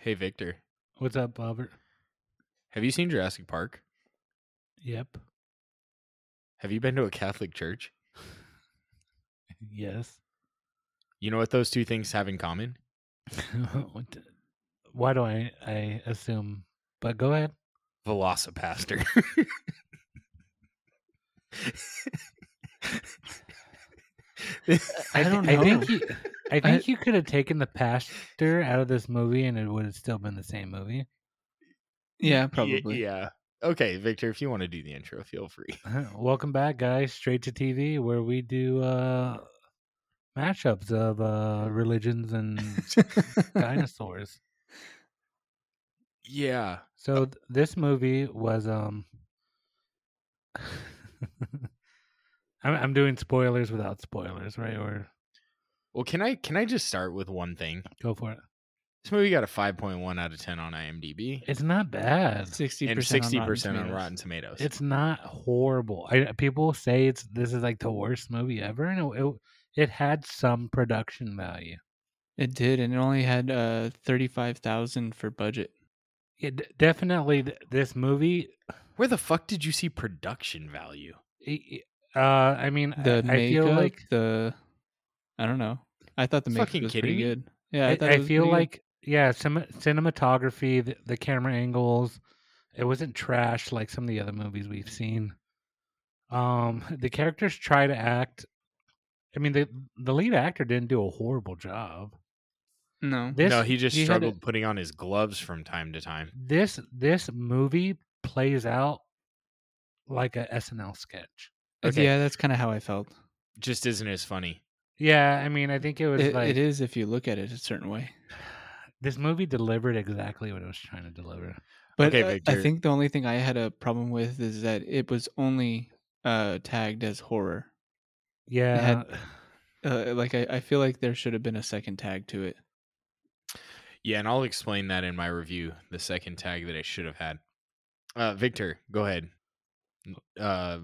Hey, Victor, What's up, Bobbert? have you seen Jurassic Park? Yep. Have you been to a Catholic church? Yes. You know what those two things have in common? What the- Why do I I assume? But go ahead. Velocipaster. I don't I know. think you, I think you could have taken the pastor out of this movie and it would have still been the same movie. Yeah, probably. probably. yeah. Okay, Victor, if you want to do the intro, feel free. Welcome back, guys, straight to TV where we do uh mashups of uh religions and dinosaurs. yeah. So th- this movie was um I'm I'm doing spoilers without spoilers, right? Or Well, can I can I just start with one thing? go for it. This movie got a 5.1 out of 10 on IMDb It's not bad. Sixty and percent. 60% on Rotten Tomatoes. It's not horrible. I, people say it's this is like the worst movie ever, and it, it it had some production value. It did, and it only had uh thirty five thousand for budget. It d- definitely th- this movie. Where the fuck did you see production value? i- i- Uh, I mean, The I, I makeup, feel like the I don't know. I thought the makeup Fucking was kidding pretty me? good. Yeah, I, thought I it was feel pretty good. like yeah, some cinematography, the, the camera angles, it wasn't trash like some of the other movies we've seen. Um, the characters try to act. I mean, the the lead actor didn't do a horrible job. Mm-hmm. no. This no, he just he had struggled putting on his gloves from time to time. this this movie plays out like a SNL sketch. okay. Yeah, that's kind of how I felt. Just isn't as funny. Yeah, I mean, I think it was It, like it is if you look at it a certain way. this movie delivered exactly what it was trying to deliver. But Okay, uh, I Victor. think the only thing I had a problem with is that it was only uh tagged as horror. Yeah, had- Uh, like I, I feel like there should have been a second tag to it. Yeah, and I'll explain that in my review, the second tag that I should have had. Uh Victor, go ahead. Uh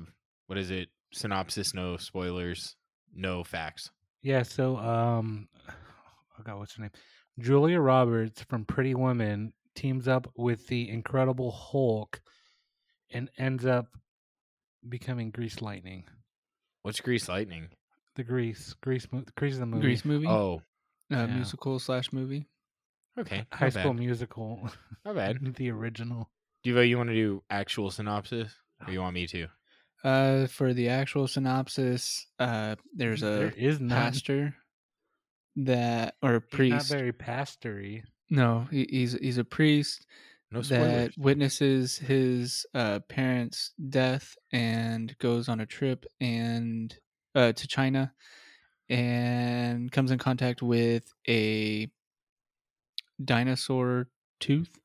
what is it? Synopsis, no spoilers, no facts. yeah. So, um, oh god, what's her name? Julia Roberts from Pretty Woman teams up with the Incredible Hulk and ends up becoming Grease Lightning. What's Grease Lightning? The Grease, Grease, mo- Grease of the movie, Grease movie, Oh, uh, yeah. musical slash movie. okay. High not School bad. Musical, Not bad. the original. Devo, you want to do actual synopsis? Or you want me to? Uh, for the actual synopsis, uh, there's there a is not pastor that or a He's priest. Not very pastory. no, he, he's he's a priest No spoilers. that witnesses his uh, parents' death and goes on a trip and uh, to China and comes in contact with a dinosaur tooth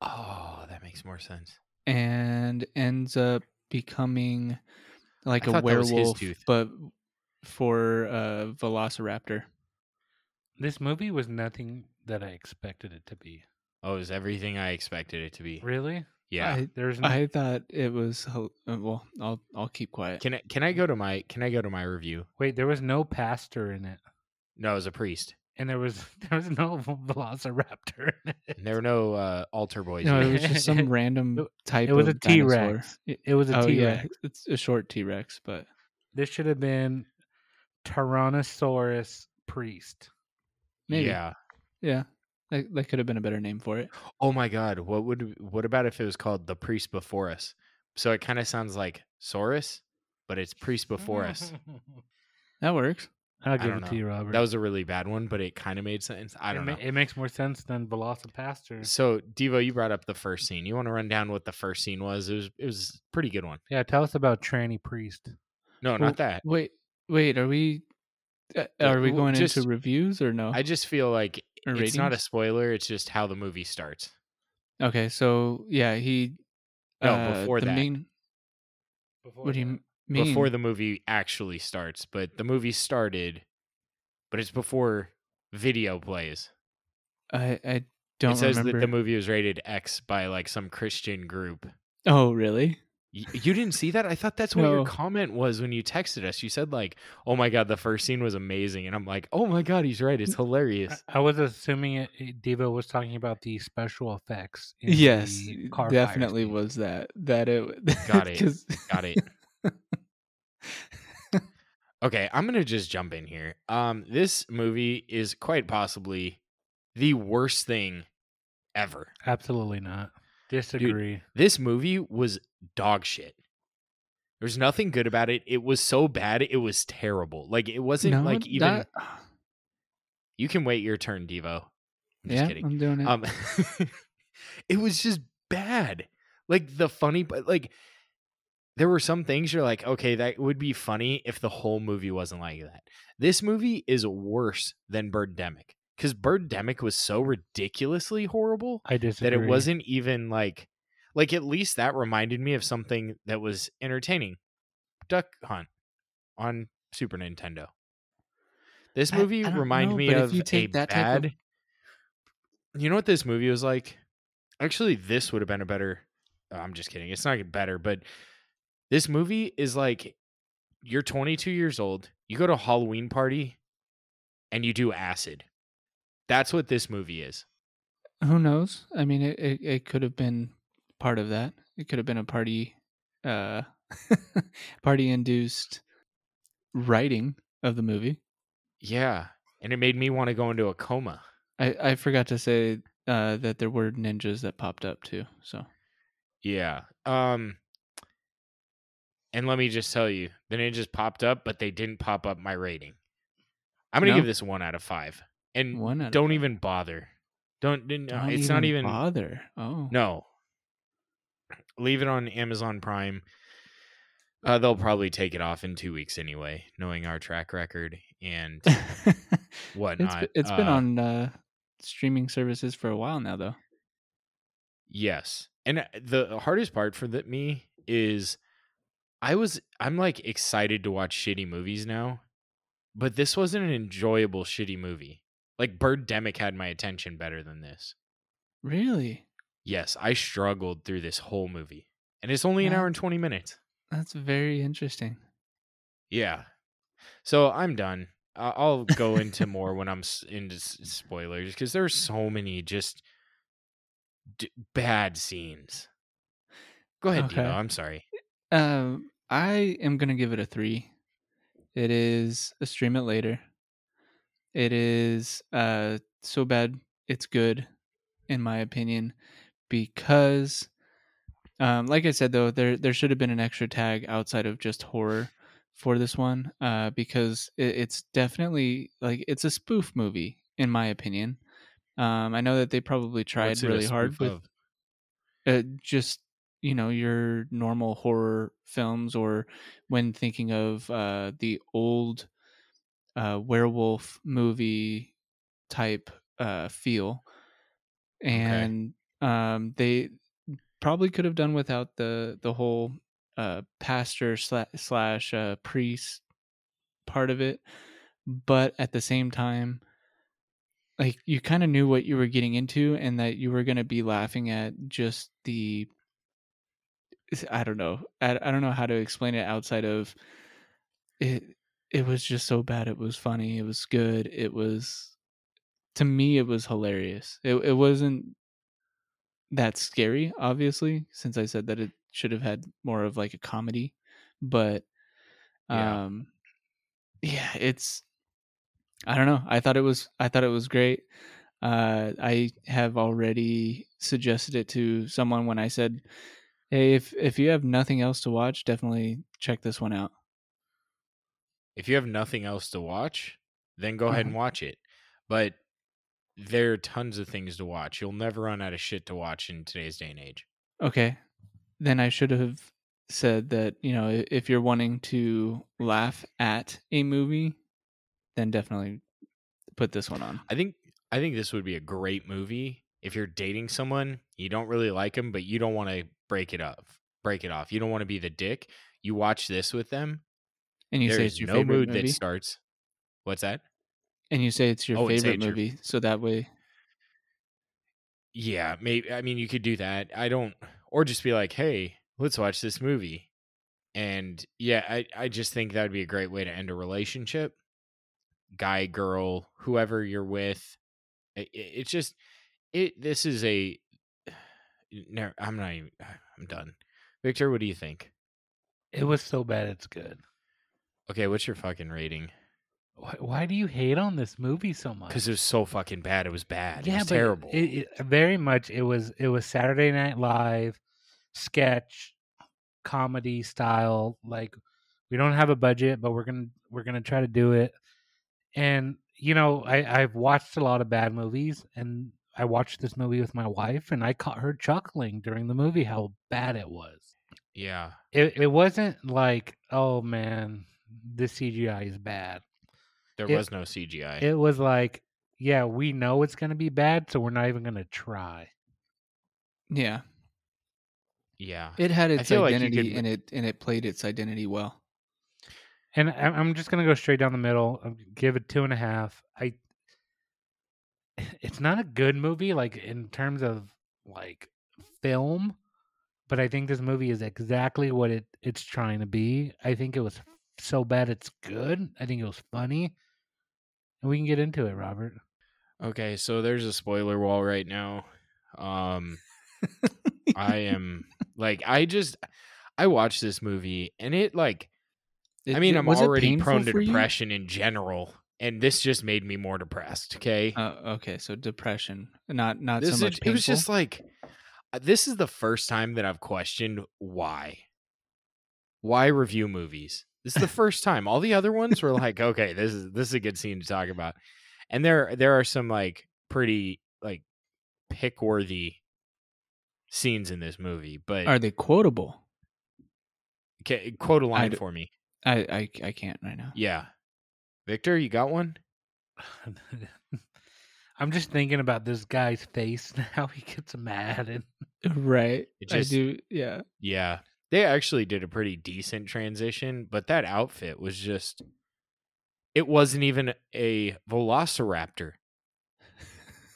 Oh, that makes more sense. and ends up becoming like I a thought that was his werewolf, tooth. but for uh, Velociraptor. This movie was nothing that I expected it to be. Oh, it was everything I expected it to be. Really? Yeah. I- There's no, I thought it was hel- uh, well. I'll I'll keep quiet. Can I can I go to my can I go to my review? wait. There was no pastor in it, No, it was a priest. and there was there was no Velociraptor. In it. And there were no uh, altar boys. No, in it it. was just some random it type. was of a T-Rex. dinosaur. It was a oh T-Rex. yeah, it's a short T Rex, but This should have been Tyrannosaurus priest. maybe. Yeah. yeah, that, that could have been a better name for it. Oh my god, what would what about if it was called the priest before us? So it kind of sounds like Saurus, but it's priest before us. That works. I'll give don't it know. to you, Robert. That was a really bad one, but it kind of made sense. I don't it, know. ma- it makes more sense than Velocipastor. So Devo, you brought up the first scene. You want to run down what the first scene was? It was it was a pretty good one. Yeah, tell us about tranny priest. No, Well, Oh, not that. Wait, wait. Are we? Uh, Uh, are we well, going just- into reviews or no? I just feel like Or it's not a ratings? spoiler. It's just how the movie starts. Okay, so yeah, he. No, uh, before the that. Main, Before what do you m- mean? before the movie actually starts, but the movie started, but it's before video plays. I I don't it says remember. that the movie was rated X by like some Christian group. oh really? Y- You didn't see that? I thought that's what No. your comment was when you texted us. You said like, "Oh my god, the first scene was amazing," and I'm like, "Oh my god, he's right. Uh, It's I, hilarious." I was assuming it, it- Devo was talking about the special effects. in yes, the car fire definitely scene. was that that it. Got it. 'cause- Got it. okay, I'm gonna just jump in here. Um, this movie is quite possibly the worst thing ever. Absolutely not. Disagree. This movie was dog shit. There's nothing good about it. It was so bad. It was terrible. Like it wasn't No, like even. that- You can wait your turn, Devo. I'm just yeah, kidding. I'm doing it. Um, it was just bad. Like the funny, but like there were some things you're like, okay, that would be funny if the whole movie wasn't like that. This movie is worse than Birdemic because Birdemic was so ridiculously horrible I disagree. that it wasn't even like, like at least that reminded me of something that was entertaining. Duck Hunt on Super Nintendo. This I- movie I don't reminds know, me but if of you a take that type of- bad. You know what this movie was like? Actually, this would have been a better. oh, I'm just kidding. It's not better, but this movie is like you're 22 years old. You go to a Halloween party, and you do acid. That's what this movie is. Who knows? I mean, it, it, it could have been part of that. It could have been a party, uh, party induced writing of the movie. Yeah, and it made me want to go into a coma. I, I forgot to say uh, that there were ninjas that popped up too. So Yeah. Um and let me just tell you, the ninjas popped up, but they didn't pop up my rating. I'm gonna No? give this a one out of five. And one. out of Mm, don't five. even bother. Don't, didn't- no, Don't it's not even bother. Oh no. Leave it on Amazon Prime. Uh, they'll probably take it off in two weeks anyway, knowing our track record and It's whatnot. b- it's been Uh, on uh, streaming services for a while now, though. Yes. And uh, the hardest part for the, me is I was I'm like excited to watch shitty movies now, but this wasn't an enjoyable shitty movie. Like Birdemic had my attention better than this. Really, Yes, I struggled through this whole movie. And it's only an Yeah. hour and 20 minutes. that's very interesting. Yeah. So I'm done. I- I'll go into more when I'm s- into s- spoilers because there's so many just d- bad scenes. Go ahead, Okay. Dino. I'm sorry. Um, I am gonna give it a three. It is a stream it later. It is uh so bad it's good, in my opinion, because, um, like I said though, there there should have been an extra tag outside of just horror for this one, uh, because it, it's definitely like it's a spoof movie in my opinion. Um, I know that they probably tried What's it a really hard spoof with of? uh, just you know your normal horror films or when thinking of uh, the old uh, werewolf movie type uh, feel and um, they probably could have done without the the whole uh, pastor slash, slash uh, priest part of it but at the same time like you kind of knew what you were getting into and that you were going to be laughing at just the i don't know I, I don't know how to explain it outside of it it was just so bad it was funny it was good it was to me it was hilarious it, it wasn't that scary obviously since i said that it should have had more of like a comedy but Yeah. um yeah it's I don't know. I thought it was I thought it was great. Uh, I have already suggested it to someone when I said, "Hey, if if you have nothing else to watch, definitely check this one out." If you have nothing else to watch, then go Mm-hmm. ahead and watch it. But there are tons of things to watch. You'll never run out of shit to watch in today's day and age. Okay. Then I should have said that, you know, i- if you're wanting to laugh at a movie, then definitely put this one on. I think I think this would be a great movie if you're dating someone you don't really like them, but you don't want to break it up, break it off. You don't want to be the dick. You watch this with them. And you say There's it's your no favorite mood movie. that starts. What's that? and you say it's your Oh, and say favorite it's your- movie, so that way Yeah, maybe. I mean, you could do that. I don't, or just be like, hey, let's watch this movie. And yeah, I, I just think that would be a great way to end a relationship. Guy, girl, whoever you're with. It, it, it's just it this is a no, I'm not even I'm done. Victor, what do you think? It was so bad, it's good. Okay, what's your fucking rating? Why, why do you hate on this movie so much? Because it was so fucking bad. It was bad. it was terrible. Uh, It, it- very much. It was. It was Saturday Night Live, sketch, comedy style. Like we don't have a budget, but we're gonna we're gonna try to do it. And you know, I I've watched a lot of bad movies, and I watched this movie with my wife, and I caught her chuckling during the movie how bad it was. yeah. It it wasn't like oh man, the CGI is bad. There it- was no CGI. It was like, yeah, we know it's going to be bad, so we're not even going to try. Yeah, yeah. it had its feel like you identity could- and it and it played its identity well. And I- I'm just going to go straight down the middle. um, Give it two and a half. I. It's not a good movie, like in terms of like film, but I think this movie is exactly what it it's trying to be. I think it was so bad it's good. I think it was funny, and we can get into it, Robert. Okay, so there's a spoiler wall right now. Um I am like I just I watched this movie and it like I It- mean it- I'm was it already painful prone to for you? depression in general and this just made me more depressed, okay? Oh, okay, so depression, not not this so much is, painful. it was just like uh, this is the first time that I've questioned why. Why review movies? This is the first time. All the other ones were like, okay, this is this is a good scene to talk about. And there there are some like pretty like pick worthy scenes in this movie, but Are they quotable? okay, quote a line d- for me. I, I I can't right now. Yeah. Victor, you got one? I'm just thinking about this guy's face now. He gets mad and Right. It I just- do. Yeah. Yeah. They actually did a pretty decent transition, but that outfit was just it wasn't even a velociraptor.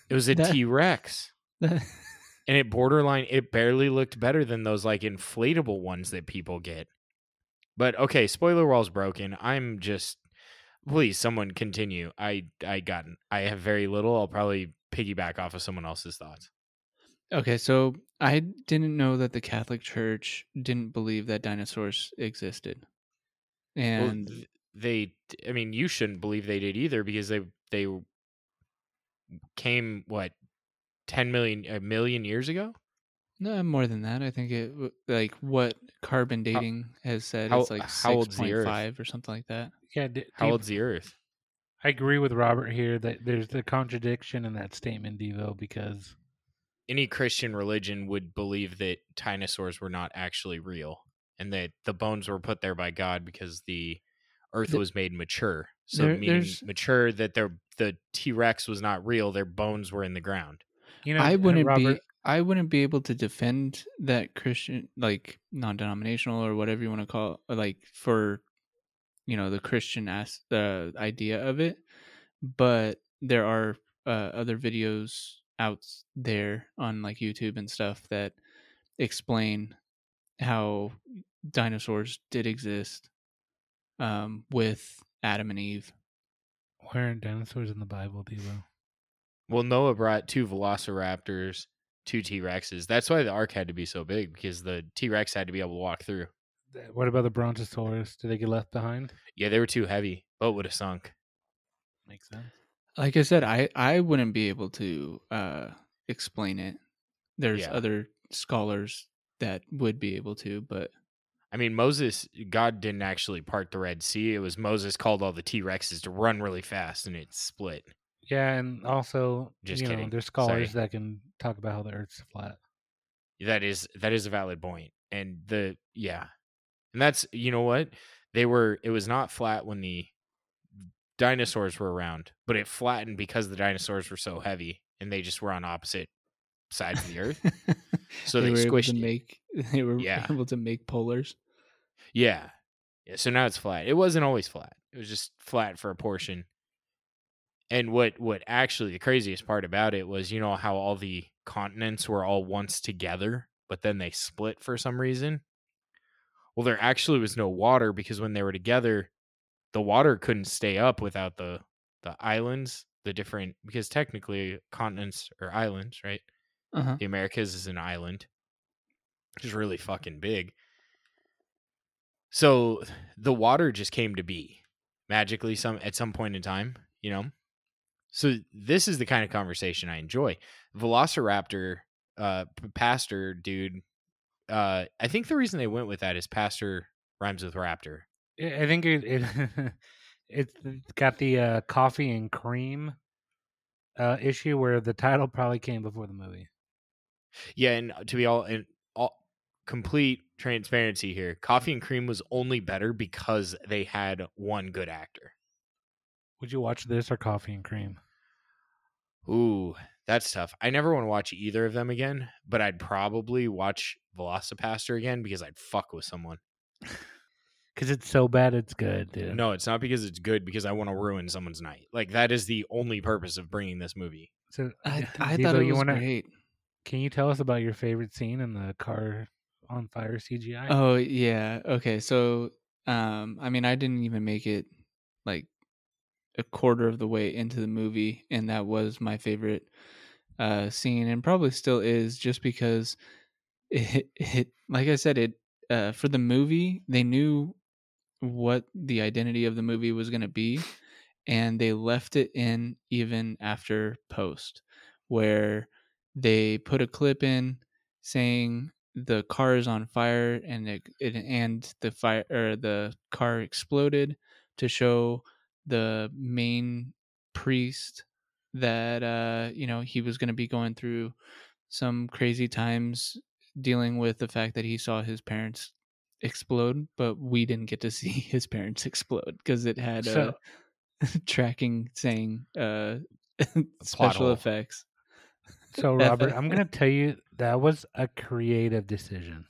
It was a That- T-Rex. And it borderline it barely looked better than those like inflatable ones that people get. But okay, spoiler wall's broken. I'm just please someone continue. I I got I have very little. I'll probably piggyback off of someone else's thoughts. okay. So I didn't know that the Catholic Church didn't believe that dinosaurs existed, Well, and th- they i mean you shouldn't believe they did either because they they came what 10 million a million years ago no more than that. I think it w- like what carbon dating has said how- it's like how six old's the point Earth? five or something like that. yeah. d- how deep- old's the earth I agree with Robert here that there's the contradiction in that statement, Devo, because any christian religion would believe that dinosaurs were not actually real and that the bones were put there by god because the earth The- was made mature so there- meaning there's- mature that their the t-rex was not real their bones were in the ground you know I and wouldn't Robert, be I wouldn't be able to defend that Christian like non-denominational or whatever you want to call it, like for you know the Christian as the idea of it but there are uh, other videos out there on like YouTube and stuff that explain how dinosaurs did exist um with Adam and Eve Where aren't dinosaurs in the Bible, Devo? Well, Noah brought two velociraptors, two T Rexes. That's why the ark had to be so big because the T Rex had to be able to walk through. Th- What about the Brontosaurus? Did they get left behind? Yeah, they were too heavy. Boat would have sunk. Makes sense. like I said, I I wouldn't be able to uh, explain it. There's Yeah. other scholars that would be able to, but I mean, Moses, God didn't actually part the Red Sea. It was Moses called all the T Rexes to run really fast and it split. Yeah, and also, Just you know, kidding. there's scholars Sorry. that can talk about how the Earth's flat. That is that is a valid point. And the yeah. And that's you know what? They were it was not flat when the dinosaurs were around, but it flattened because the dinosaurs were so heavy and they just were on opposite sides of the earth. So they were able squished to it. make they were Yeah. able to make polars. Yeah. Yeah. So now it's flat. It wasn't always flat. It was just flat for a portion. And what what actually the craziest part about it was, you know, how all the continents were all once together, but then they split for some reason. Well, there actually was no water because when they were together, the water couldn't stay up without the the islands, the different because technically continents are islands, right? Uh-huh. The Americas is an island, which is really fucking big. So the water just came to be magically some at some point in time, you know. So this is the kind of conversation I enjoy. Velociraptor, uh, p- pastor dude. Uh, I think the reason they went with that is pastor rhymes with raptor. I I think it, it it's got the uh, coffee and cream uh, issue where the title probably came before the movie. Yeah, and uh, to be all in all complete transparency here, Coffee and Cream was only better because they had one good actor. Would you watch this or coffee and cream? Ooh, that's tough. I never want to watch either of them again, but I'd probably watch Velocipaster again because I'd fuck with someone. Because it's so bad, it's good, dude. No, it's not because it's good because I want to ruin someone's night. Like that is the only purpose of bringing this movie. So, I, yeah, I Devo, thought it was you wanna, great. Can you tell us about your favorite scene in the car on fire CGI? Oh yeah. Okay. So um I mean I didn't even make it like a quarter of the way into the movie and that was my favorite uh scene and probably still is just because it, it like I said it uh for the movie they knew what the identity of the movie was going to be and they left it in even after post where they put a clip in saying the car is on fire and it, it and the fire or the car exploded to show the main priest that uh you know he was going to be going through some crazy times dealing with the fact that he saw his parents explode but we didn't get to see his parents explode because it had So- uh, tracking saying uh special hole. effects So Robert, I'm gonna tell you that was a creative decision.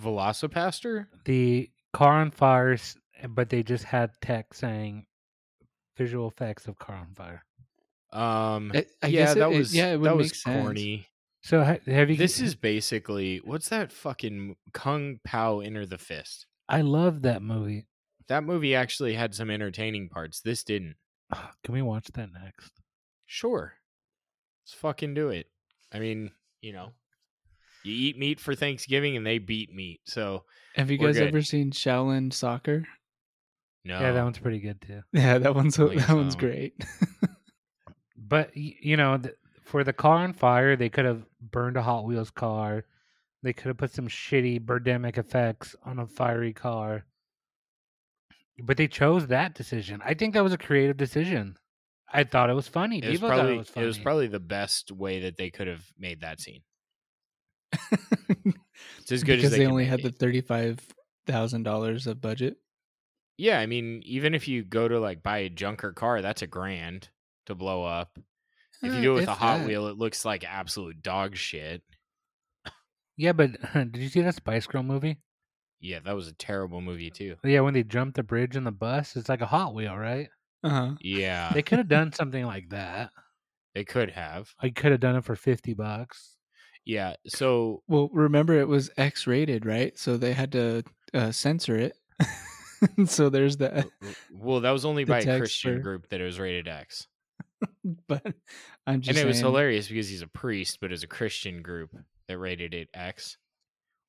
Velocipaster? The car on fire, s- but they just had text saying visual effects of car on fire. Um I- I yeah, guess it- that it- was yeah, it would that make was sense. corny. So ha- have you? This is basically what's that fucking Kung Pao Enter the Fist? I love that movie. That movie actually had some entertaining parts. This didn't. Can we watch that next? Sure. Let's fucking do it. I mean, you know, you eat meat for Thanksgiving and they beat meat. So, Have you We're guys good. ever seen Shaolin Soccer? no. Yeah, that one's pretty good too. Yeah, that one's Like that one's so. great. But y- you know, th- for the car on fire, they could have burned a Hot Wheels car. They could have put some shitty birdemic effects on a fiery car. But they chose that decision. I think that was a creative decision. I thought it was funny. It was, Devo thought probably, it was funny. probably the best way that they could have made that scene. It's as good because as they, they can only make had the it. thirty-five thousand dollars of budget. Yeah, I mean, even if you go to like buy a junker car, that's a grand to blow up. If Eh, you do it with a Hot Wheel, it looks like absolute dog shit. yeah, but did you see that Spice Girl movie? Yeah, that was a terrible movie too. Yeah, when they jump the bridge in the bus, it's like a Hot Wheel, right? uh huh. Yeah, They could have done something like that. they could have. I could have done it for fifty bucks. Yeah, so Well, remember it was X-rated, right? So they had to uh, censor it. so there's that. w- well, that was only The by a text Christian for- group that it was rated X, But I'm just Oh. and it was saying- hilarious because he's a priest, but it's a Christian group that rated it X.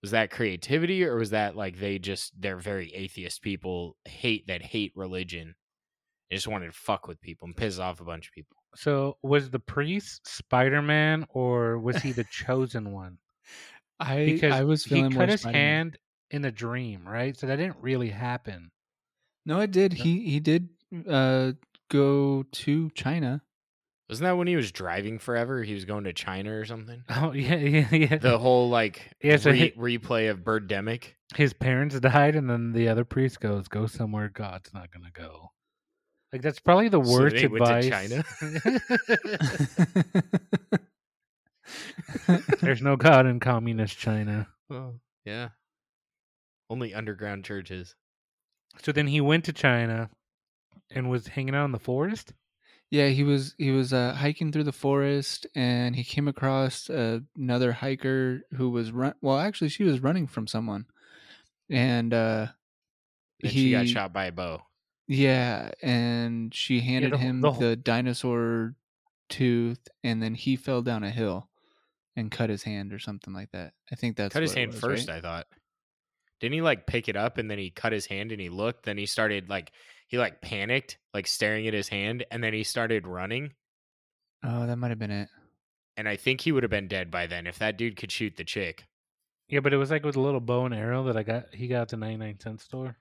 Was that creativity, or was that like they just they're very atheist people hate that hate religion? They just wanted to fuck with people and piss off a bunch of people. So was the priest Spider Man or was he the chosen one? I Because I was he feeling more cut his Spider-Man. hand in a dream, right? So that didn't really happen. No, it did. Yeah. He he did uh go to China. Wasn't that when he was driving forever? He was going to China or something. Oh yeah, yeah, yeah. The whole like Yeah, so re- he- replay of Birdemic. his parents died, and then the other priest goes, "Go somewhere God's not gonna go." Like that's probably the So worst they went to advice. China? There's no God in communist China. Oh, yeah. Only underground churches. So then he went to China and was hanging out in the forest. Yeah, he was he was uh, hiking through the forest, and he came across uh, another hiker who was run. Well, actually, she was running from someone, and uh And she got shot by a bow. yeah and she handed the wh- him the the, wh- dinosaur tooth and then he fell down a hill and cut his hand or something like that i think that's cut his what it hand was, first, right? I thought. Didn't he like pick it up and then he cut his hand and he looked, then he started like he like panicked, like staring at his hand, and then he started running. oh that might have been it And I think he would have been dead by then if that dude could shoot the chick. Yeah, but it was like with a little bow and arrow that I got. He got at the ninety nine cent store.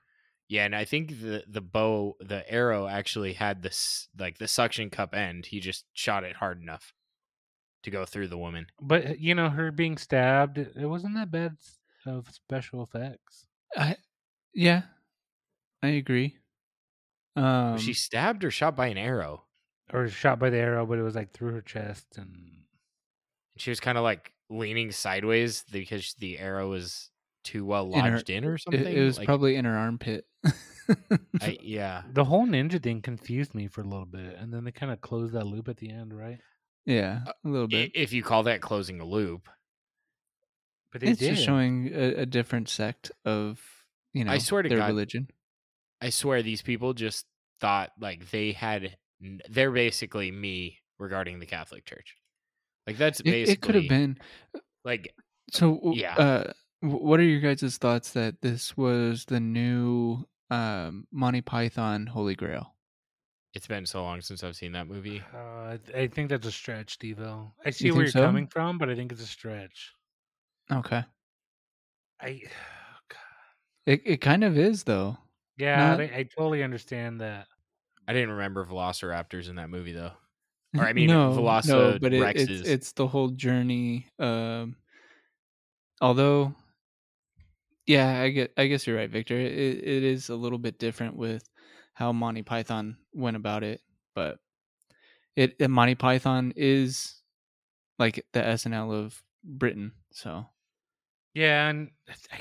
Yeah, and I think the the bow, the arrow actually had this like the suction cup end. He just shot it hard enough to go through the woman. But uh, you know, her being stabbed, it it wasn't that bad s- of special effects. i yeah i agree um Was she stabbed or shot by an arrow? Or shot by the arrow, but it was like through her chest and She was kind of like leaning sideways because the arrow was too well In her- lodged in, or it, something. it was Like, probably in her armpit I, yeah, the whole ninja thing confused me for a little bit, and then they kind of closed that loop at the end, right? yeah uh, a little bit I- if you call that closing a loop, But they it's did. just showing a, a different sect of you know I swear to their God. religion. I swear these people just thought like they had. n- They're basically me regarding the Catholic Church. Like that's It, basically it could have been. like So w- Yeah. Uh, w- what are your guys' thoughts that this was the new um, Monty Python Holy Grail? it's been so long since I've seen that movie. Uh, I th- I think that's a stretch, Devo. I see where think you're so? coming from, but I think it's a stretch. Okay, I, it it kind of is though. yeah, Not- I, I totally understand that. I didn't remember Velociraptors in that movie though. Or, I mean, no, no, Velociraptors. but it, it's it's the whole journey. Um, although, yeah, I get. I guess you're right, Victor. It, it is a little bit different with how Monty Python went about it, but it and Monty Python is like the SNL of Britain. So Yeah, and I,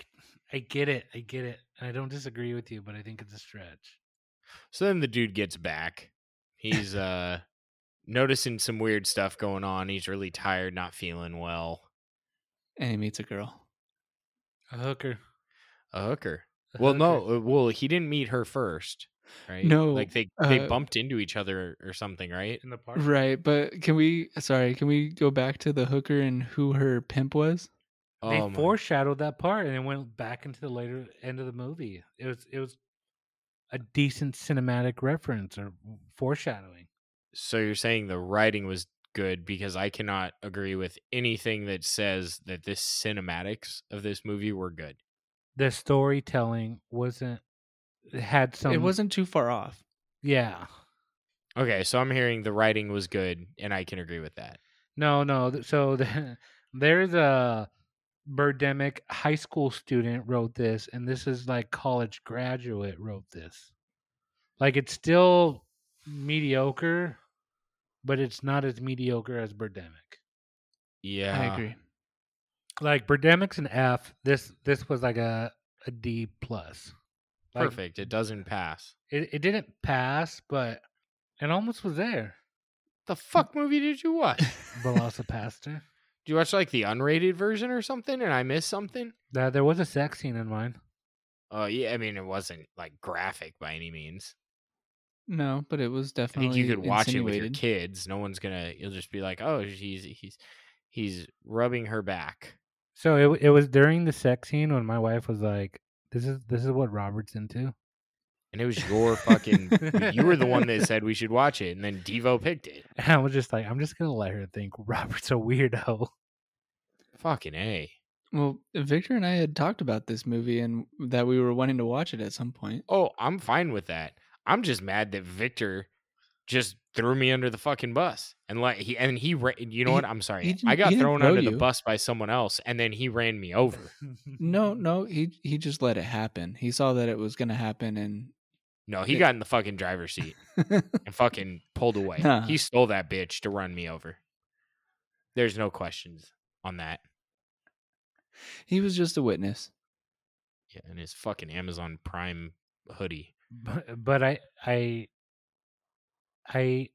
I get it. I get it. And I don't disagree with you, but I think it's a stretch. So then the dude gets back. He's uh noticing some weird stuff going on. He's really tired, not feeling well. and he meets a girl. A hooker. A hooker. a Well, hooker. no, uh, well he didn't meet her first, right? No, like they they uh, bumped into each other or something, right? in the park. Right, but can we? Sorry, can we go back to the hooker and who her pimp was? They Oh my- foreshadowed that part, and it went back into the later end of the movie. It was it was a decent cinematic reference or foreshadowing. so you're saying the writing was good because I cannot agree with anything that says that this cinematics of this movie were good. The storytelling wasn't it had some. it wasn't too far off. Yeah. Okay, so I'm hearing the writing was good, and I can agree with that. No, no. th- So the, there's a Birdemic high school student wrote this, and this is like college graduate wrote this. Like it's still mediocre, but it's not as mediocre as Birdemic. Yeah, I agree. Like Birdemic's an F. This this was like a a D plus. Like, Perfect. It doesn't pass. It it didn't pass, but it almost was there. The fuck movie did you watch? Velocipaster. Do you watch like the unrated version or something and I missed something? Now, there was a sex scene in mine. Oh, yeah. I mean, it wasn't like graphic by any means. No, but it was I definitely. think you could watch it with your insinuated. kids. No one's going to, you'll just be like, oh, he's, he's, he's rubbing her back. So it w- it was during the sex scene when my wife was like, "This is this is what Robert's into." And it was your fucking, you were the one that said we should watch it. And then Devo picked it. And I was just like, "I'm just gonna let her think Robert's a weirdo." Fucking A. Well, Victor and I had talked about this movie and that we were wanting to watch it at some point. Oh, I'm fine with that. I'm just mad that Victor just threw me under the fucking bus and like he and he ra- you know He- what I'm he sorry didn't- I got he didn't thrown throw under the you. bus by someone else and then he ran me over No, Mm-hmm. no, he he just let it happen. He saw that it was going to happen No, he Yeah. got in the fucking driver's seat and and fucking pulled away. Huh. He stole that bitch to run me over. There's no questions on that. he was just a witness. Yeah, and his fucking Amazon Prime hoodie. But, but I I I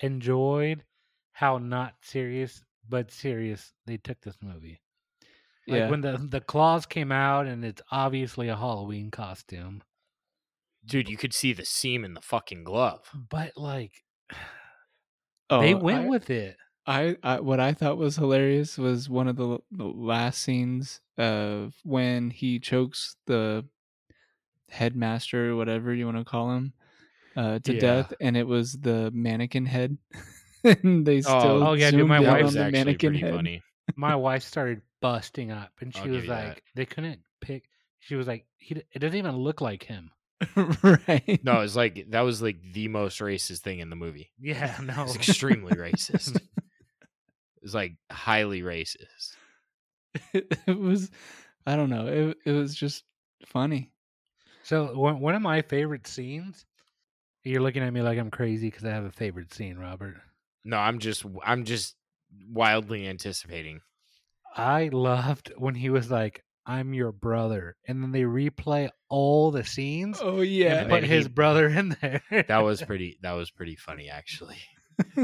enjoyed how not serious but serious they took this movie. Like yeah. when the the claws came out and it's obviously a Halloween costume. Dude, you could see the seam in the fucking glove. But like oh, they went I, with it. I, I what I thought was hilarious was one of the, the last scenes of when he chokes the headmaster or whatever you want to call him uh, to Yeah. death, and it was the mannequin head. and they still oh, yeah, dude, zoomed my in wife on wife's the mannequin head. My wife started busting up and she I'll give was you that. like they couldn't pick she was like he d- it doesn't even look like him. right? No, it's like that was like the most racist thing in the movie. Yeah, no. It's Oh. extremely racist. It's like highly racist. it was i don't know it, it was just funny So one one of my favorite scenes. You're looking at me like I'm crazy because I have a favorite scene, Robert. No, I'm just I'm just wildly anticipating. I loved when he was like, "I'm your brother," and then they replay all the scenes oh and yeah. put then his he- brother in there. That was pretty that was pretty funny actually.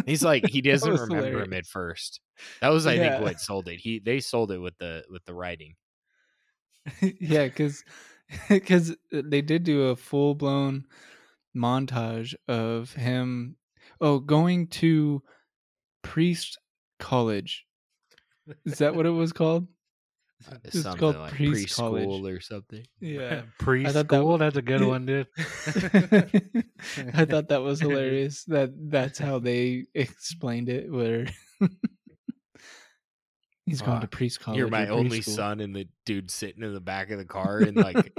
He's like he That doesn't was remember him at hilarious. first. That was I Yeah. think what sold it. He they sold it with the with the writing. yeah because because they did do a full-blown montage of him oh going to priest college is that what it was called It's Something called like priest college. preschool or something. yeah preschool. thought that was- That's a good one, dude. i thought that was hilarious that that's how they explained it where he's going to Fuck. priest college You're my or only preschool. son, and the dude sitting in the back of the car in like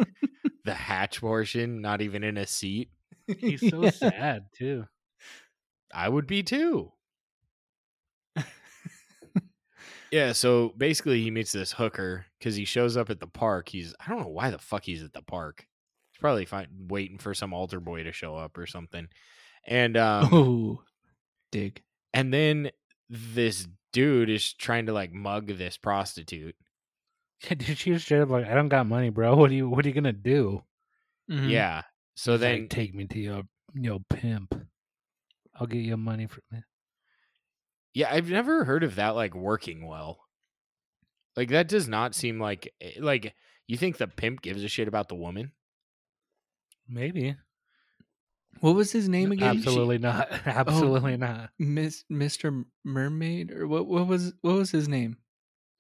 the hatch portion, not even in a seat. He's so Yeah. sad too. I would be too. yeah, so basically he meets this hooker because he shows up at the park. He's I don't know why the fuck he's at the park. He's probably fi- waiting for some altar boy to show up or something. And um, oh, dig. and then this dude is trying to like mug this prostitute. Dude, she was straight up like, "I don't got money, bro. What are you? What are you gonna do?" Mm-hmm. Yeah. So Mm-hmm. He's like, then take me to your your pimp. I'll get you money for me. Yeah, I've never heard of that like working well. Like that does not seem like eh, like you think the pimp gives a shit about the woman? Maybe. What was his name again? Absolutely not. Oh. Absolutely not. Miss Mr. Mermaid or what what was what was his name?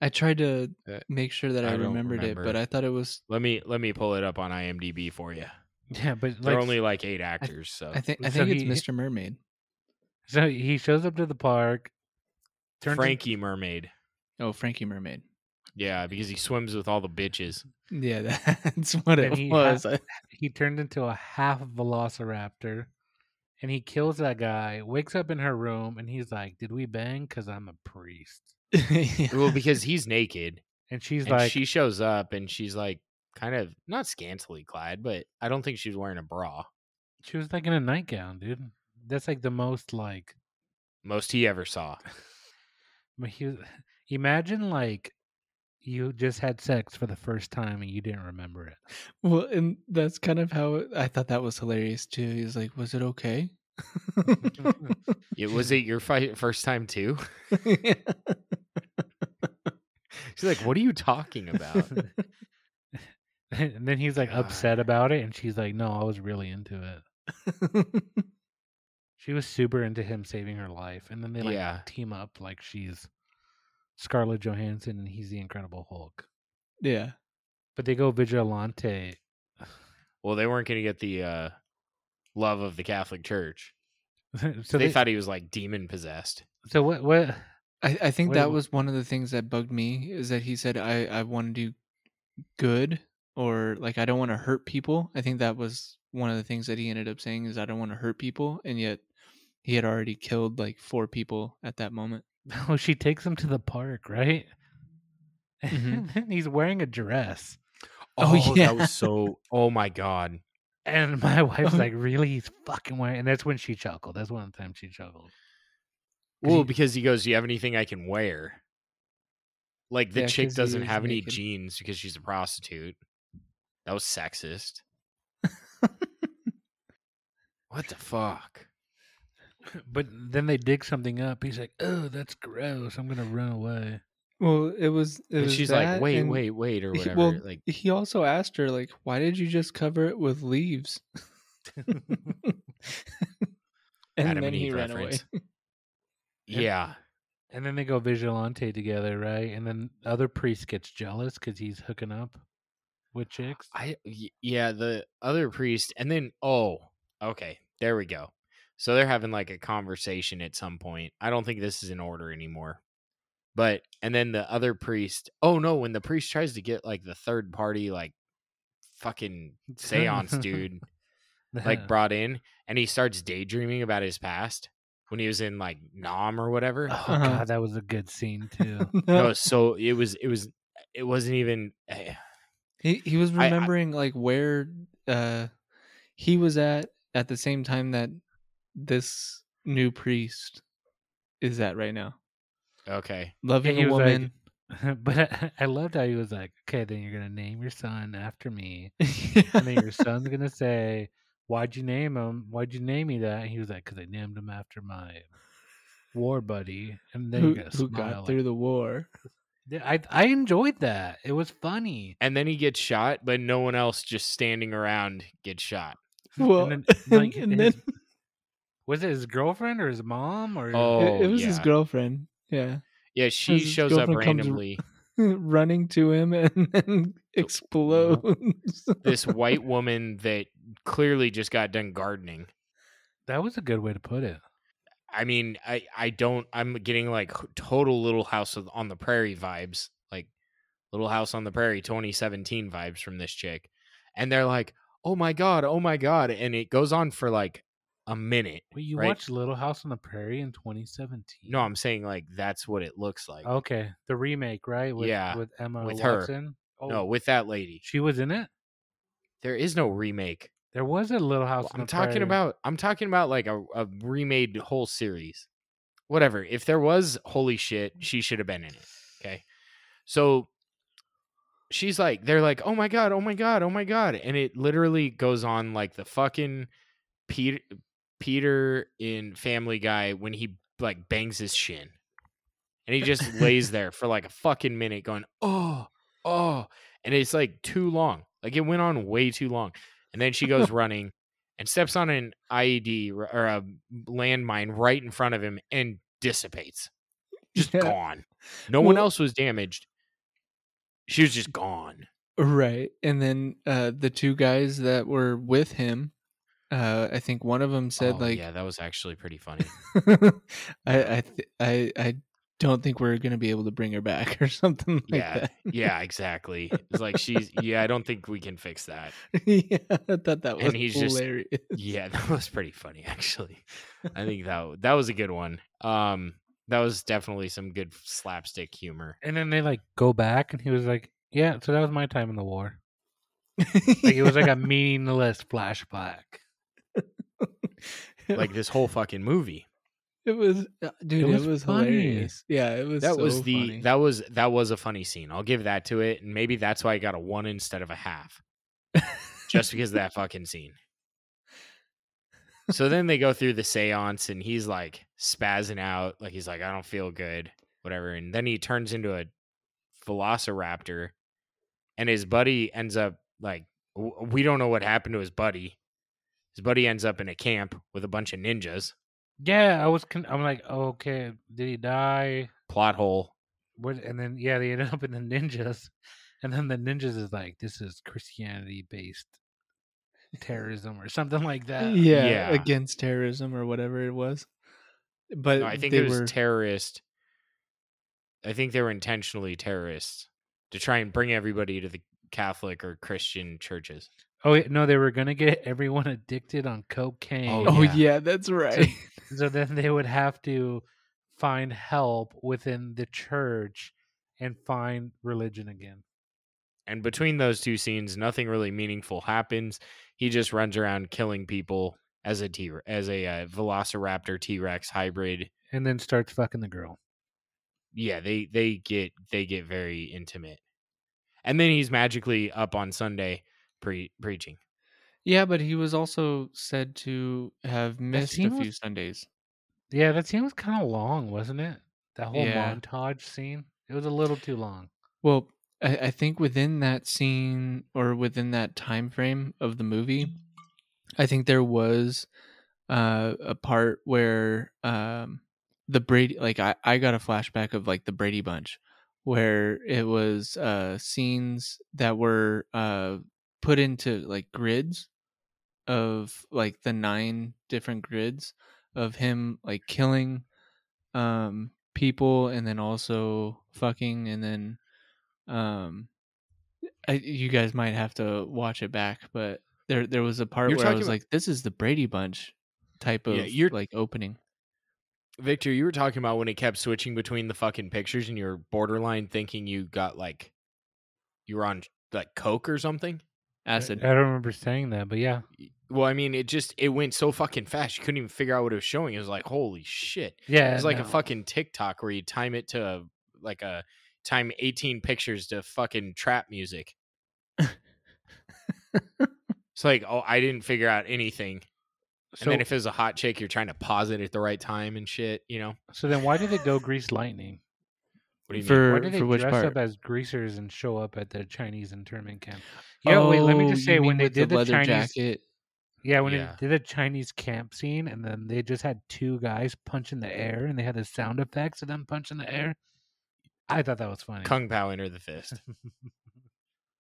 I tried to Uh, make sure that I, I don't remembered it, but remember. I thought it was Let me let me pull it up on IMDb for you. Yeah, but There are like, only like eight actors, so I think I So think he- it's Mr. Mermaid. so he shows up to the park. turns in- Frankie Mermaid. Oh, Frankie Mermaid. Yeah, because he swims with all the bitches. Yeah, that's what And he it was. he turned into a half velociraptor, and he kills that guy. Wakes up in her room, and he's like, "Did we bang? Because I'm a priest." Well, because he's naked And she's and like, she shows up and she's like kind of not scantily clad, but I don't think she's wearing a bra. "She was like in a nightgown, dude. That's like the most like." Most he ever saw. But he was, imagine like you just had sex for the first time and you didn't remember it. well, and that's kind of how it, I thought that was hilarious too. He's like, "Was it okay?" It was it your fi- first time too? She's like, "What are you talking about?" and then he's like God. upset about it, and she's like, "No, I was really into it." She was super into him saving her life, and then they like Yeah. team up like she's Scarlett Johansson and he's the Incredible Hulk. yeah. But they go vigilante. Well, they weren't going to get the uh, love of the Catholic Church. so they, thought he was like demon possessed. So what? What? I, I think What that ab- was one of the things that bugged me is that he said I, I want to do good or like I don't want to hurt people. I think that was one of the things that he ended up saying is I don't want to hurt people and yet he had already killed like four people at that moment. Oh, she takes him to the park, right? Mm-hmm. Mhm. and he's wearing a dress. Oh, yeah. that was so. Oh my god. And my wife's Oh. like, really? He's fucking wearing. And that's when she chuckled. That's one time she chuckled. Well, he- because he goes, "Do you have anything I can wear?" Like the Yeah, chick 'cause he doesn't was have any naked. jeans because she's a prostitute. That was sexist. what the fuck? But then they dig something up. He's like, oh, that's gross. I'm going to run away. Well, it was. It And was she's that like, wait, and wait, wait, or he- whatever. well, like, He also asked her, like, why did you just cover it with leaves? and Adam then and he Eve ran away. reference. yeah. And then they go vigilante together, right? And then the other priest gets jealous because he's hooking up with chicks. I y- yeah, the other priest and then oh, okay. There we go. So they're having like a conversation at some point. I don't think this is in order anymore. But and then the other priest, oh no, when the priest tries to get like the third party like fucking séance dude like brought in and he starts daydreaming about his past when he was in like Nam or whatever. oh Uh-huh. god, that was a good scene too. No, so it was it was it wasn't even eh, He he was I- I- remembering like where uh he was at at the same time that this new priest is at right now, okay. loving he a was like- woman. but I, I loved how he was like, "Okay, then you're gonna name your son after me, and then your son's gonna say." Why'd you name him? Why'd you name me that? And he was like, "Cause I named him after my war buddy." And then who, you gotta who smile, got like, through the war? Yeah, I I enjoyed that. It was funny. and then he gets shot, but no one else just standing around gets shot. Well, then, and like, and his- then Was it his girlfriend or his mom or Oh, it, it was his yeah. girlfriend. Yeah, Yeah, she his shows up girlfriend comes r- randomly. running to him and then explodes. this white woman that clearly just got done gardening. that was a good way to put it. I mean, I I don't. I'm getting like h- total Little House of- on the Prairie vibes, like Little House on the Prairie 2017 vibes from this chick. And they're like, "Oh my god, oh my god," and it goes on for like a minute. Wait, you Right. watched Little House on the Prairie in 2017? No, I'm saying like that's what it looks like. okay. The remake, right? With, Yeah, with Emma with her. Watson. Oh, No, with that lady, she was in it. there is no remake. There was a Little House. Well, on I'm the talking Prairie. about I'm talking about like a, a remade whole series. Whatever. If there was holy shit, she should have been in it. Okay. So she's like, they're like, oh my god, oh my god, oh my god. And it literally goes on like the fucking Peter Peter in Family Guy when he like bangs his shin. And he just lays there for like a fucking minute going, oh, oh. And it's like too long. Like it went on way too long. And then she goes running and steps on an IED r- or a landmine right in front of him and dissipates. Just Yeah. gone. No one Well- else was damaged. She was just gone. Right. And then uh the two guys that were with him, uh I think one of them said Oh, like yeah, that was actually pretty funny. I I th- I I don't think we're going to be able to bring her back or something like yeah, that. yeah, exactly. It's like she's. Yeah, I don't think we can fix that. yeah, I thought that was And he's just- hilarious. Yeah, that was pretty funny actually. I think that that was a good one. Um, that was definitely some good slapstick humor. And then they like go back, and he was like, "Yeah, so that was my time in the war. Like it was like a meaningless flashback. Like this whole fucking movie. it was uh, dude, it was, was funny. hilarious. Yeah, it was that so was the funny. that was that was a funny scene. I'll give that to it, and maybe that's why I got a one instead of a half, just because of that fucking scene. So then they go through the séance, and he's like spazzing out, like he's like, "I don't feel good," whatever. And then he turns into a velociraptor, and his buddy ends up like w- we don't know what happened to his buddy. His buddy ends up in a camp with a bunch of ninjas. Yeah, I was. Con- I'm like, okay, did he die? Plot hole. what and then yeah they ended up in the ninjas and then the ninjas is like this is christianity based terrorism or something like that yeah, yeah. against terrorism or whatever it was. But No, I think Uh, they it was were terrorist. I think they were intentionally terrorists to try and bring everybody to the Catholic or Christian churches. oh wait, no they were gonna get everyone addicted on cocaine Oh, Oh yeah. yeah, that's right. so then they would have to find help within the church and find religion again And between those two scenes, nothing really meaningful happens. He just runs around killing people as a T as a uh, Velociraptor T Rex hybrid. and then starts fucking the girl Yeah, they they get they get very intimate. And then he's magically up on Sunday pre- preaching. Yeah, but he was also said to have missed a scene was- few Sundays. yeah that scene was kind of long wasn't it that whole Yeah. montage scene It was a little too long. Well, I, I think within that scene or within that time frame of the movie, I think there was uh, a part where um, the Brady, like I, I got a flashback of like the Brady Bunch, where it was uh, scenes that were uh, put into like grids of like the nine different grids of him like killing um people and then also fucking and then um I, you guys might have to watch it back but there there was a part You're where I talking was about- like this is the Brady Bunch type of Yeah, you're- like opening Victor, you were talking about when it kept switching between the fucking pictures and you're borderline thinking you got like you were on like coke or something. acid I don't remember saying that, but yeah, Well, I mean, it just it went so fucking fast. You couldn't even figure out what it was showing. It was like, holy shit. yeah. It was like a no. fucking TikTok where you time it to a, like a time 18 pictures to fucking trap music. it's like, oh, I didn't figure out anything. So, and then if it was a hot chick, you're trying to pause it at the right time and shit, you know? so then why did they go Grease Lightning? What do you mean? For- Why did they which dress part? up as greasers and show up at the Chinese internment camp? Yeah, wait. Let me Oh, just you say when mean they with did the, leather Chinese, jacket yeah, when Yeah. they did a Chinese camp scene, and then they just had two guys punching the air, and they had the sound effects of them punching the air. I thought that was funny. Kung Pao enter the fist.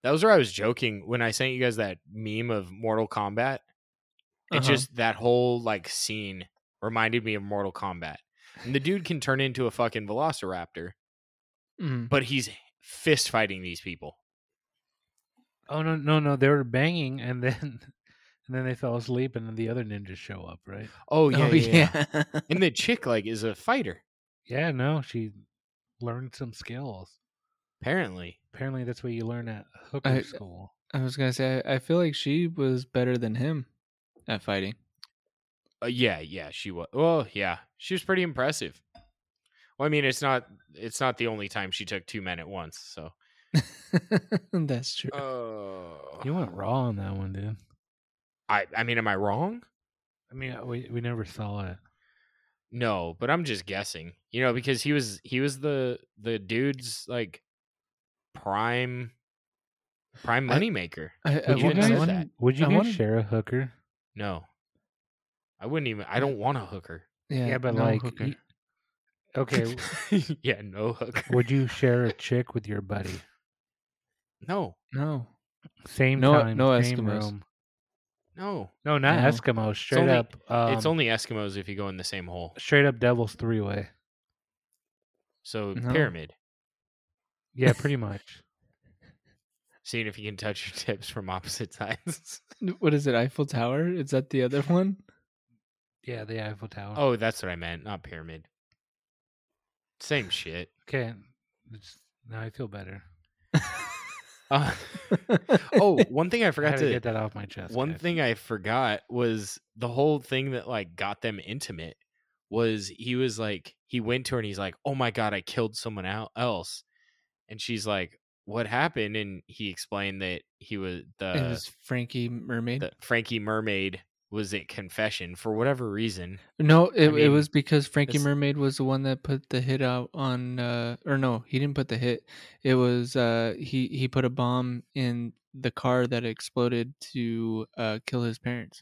That was where I was joking when I sent you guys that meme of Mortal Kombat. It Uh-huh. just that whole like scene reminded me of Mortal Kombat. And the dude can turn into a fucking velociraptor, Mm. but he's fist fighting these people. Oh no, no, no! They were banging, and then and then they fell asleep, and then the other ninjas show up, right? Oh oh yeah, And the chick like is a fighter, Yeah, no, she learned some skills. apparently. Apparently, that's what you learn at hooker uh, I- school. I was gonna say I, I feel like she was better than him at fighting Uh, yeah, yeah, she was. Well, yeah, she was pretty impressive. Well, I mean, it's not it's not the only time she took two men at once. So, that's true oh, You went raw on that one, dude. I I mean, am I wrong? I mean, uh, we we never saw it. No, but I'm just guessing. You know, because he was he was the the dude's like prime prime I- moneymaker. I, Would you want- guys- want- that? Would you I guys wanted- share a hooker? No. I wouldn't even I don't want a hooker. yeah, Yeah, but no like, hooker. y- okay, w- yeah, no hooker. would you share a chick with your buddy? No. no Same No- time, no same Eskimos. room. No. No, not No. Eskimos. Straight only- up, um, it's only Eskimos if you go in the same hole. straight up Devil's Three Way. So No. pyramid. Yeah, pretty much. Seeing if you can touch your tips from opposite sides. what is it eiffel tower is that the other one Yeah, the Eiffel Tower. oh, that's what I meant, not pyramid. Same shit. okay. It's, now I feel better. Uh, oh, one thing I I had forgot to, to get that off my chest. One guys. thing I forgot was the whole thing that like got them intimate was he was like he went to her and he's like, "Oh my god, I killed someone el- else," and she's like, "What happened?" And he explained that he was it the, was frankie mermaid the Frankie Mermaid was at confession for whatever reason. no it, it mean, was because frankie it's- mermaid was the one that put the hit out on uh or no he didn't put the hit it was uh he he put a bomb in the car that exploded to uh kill his parents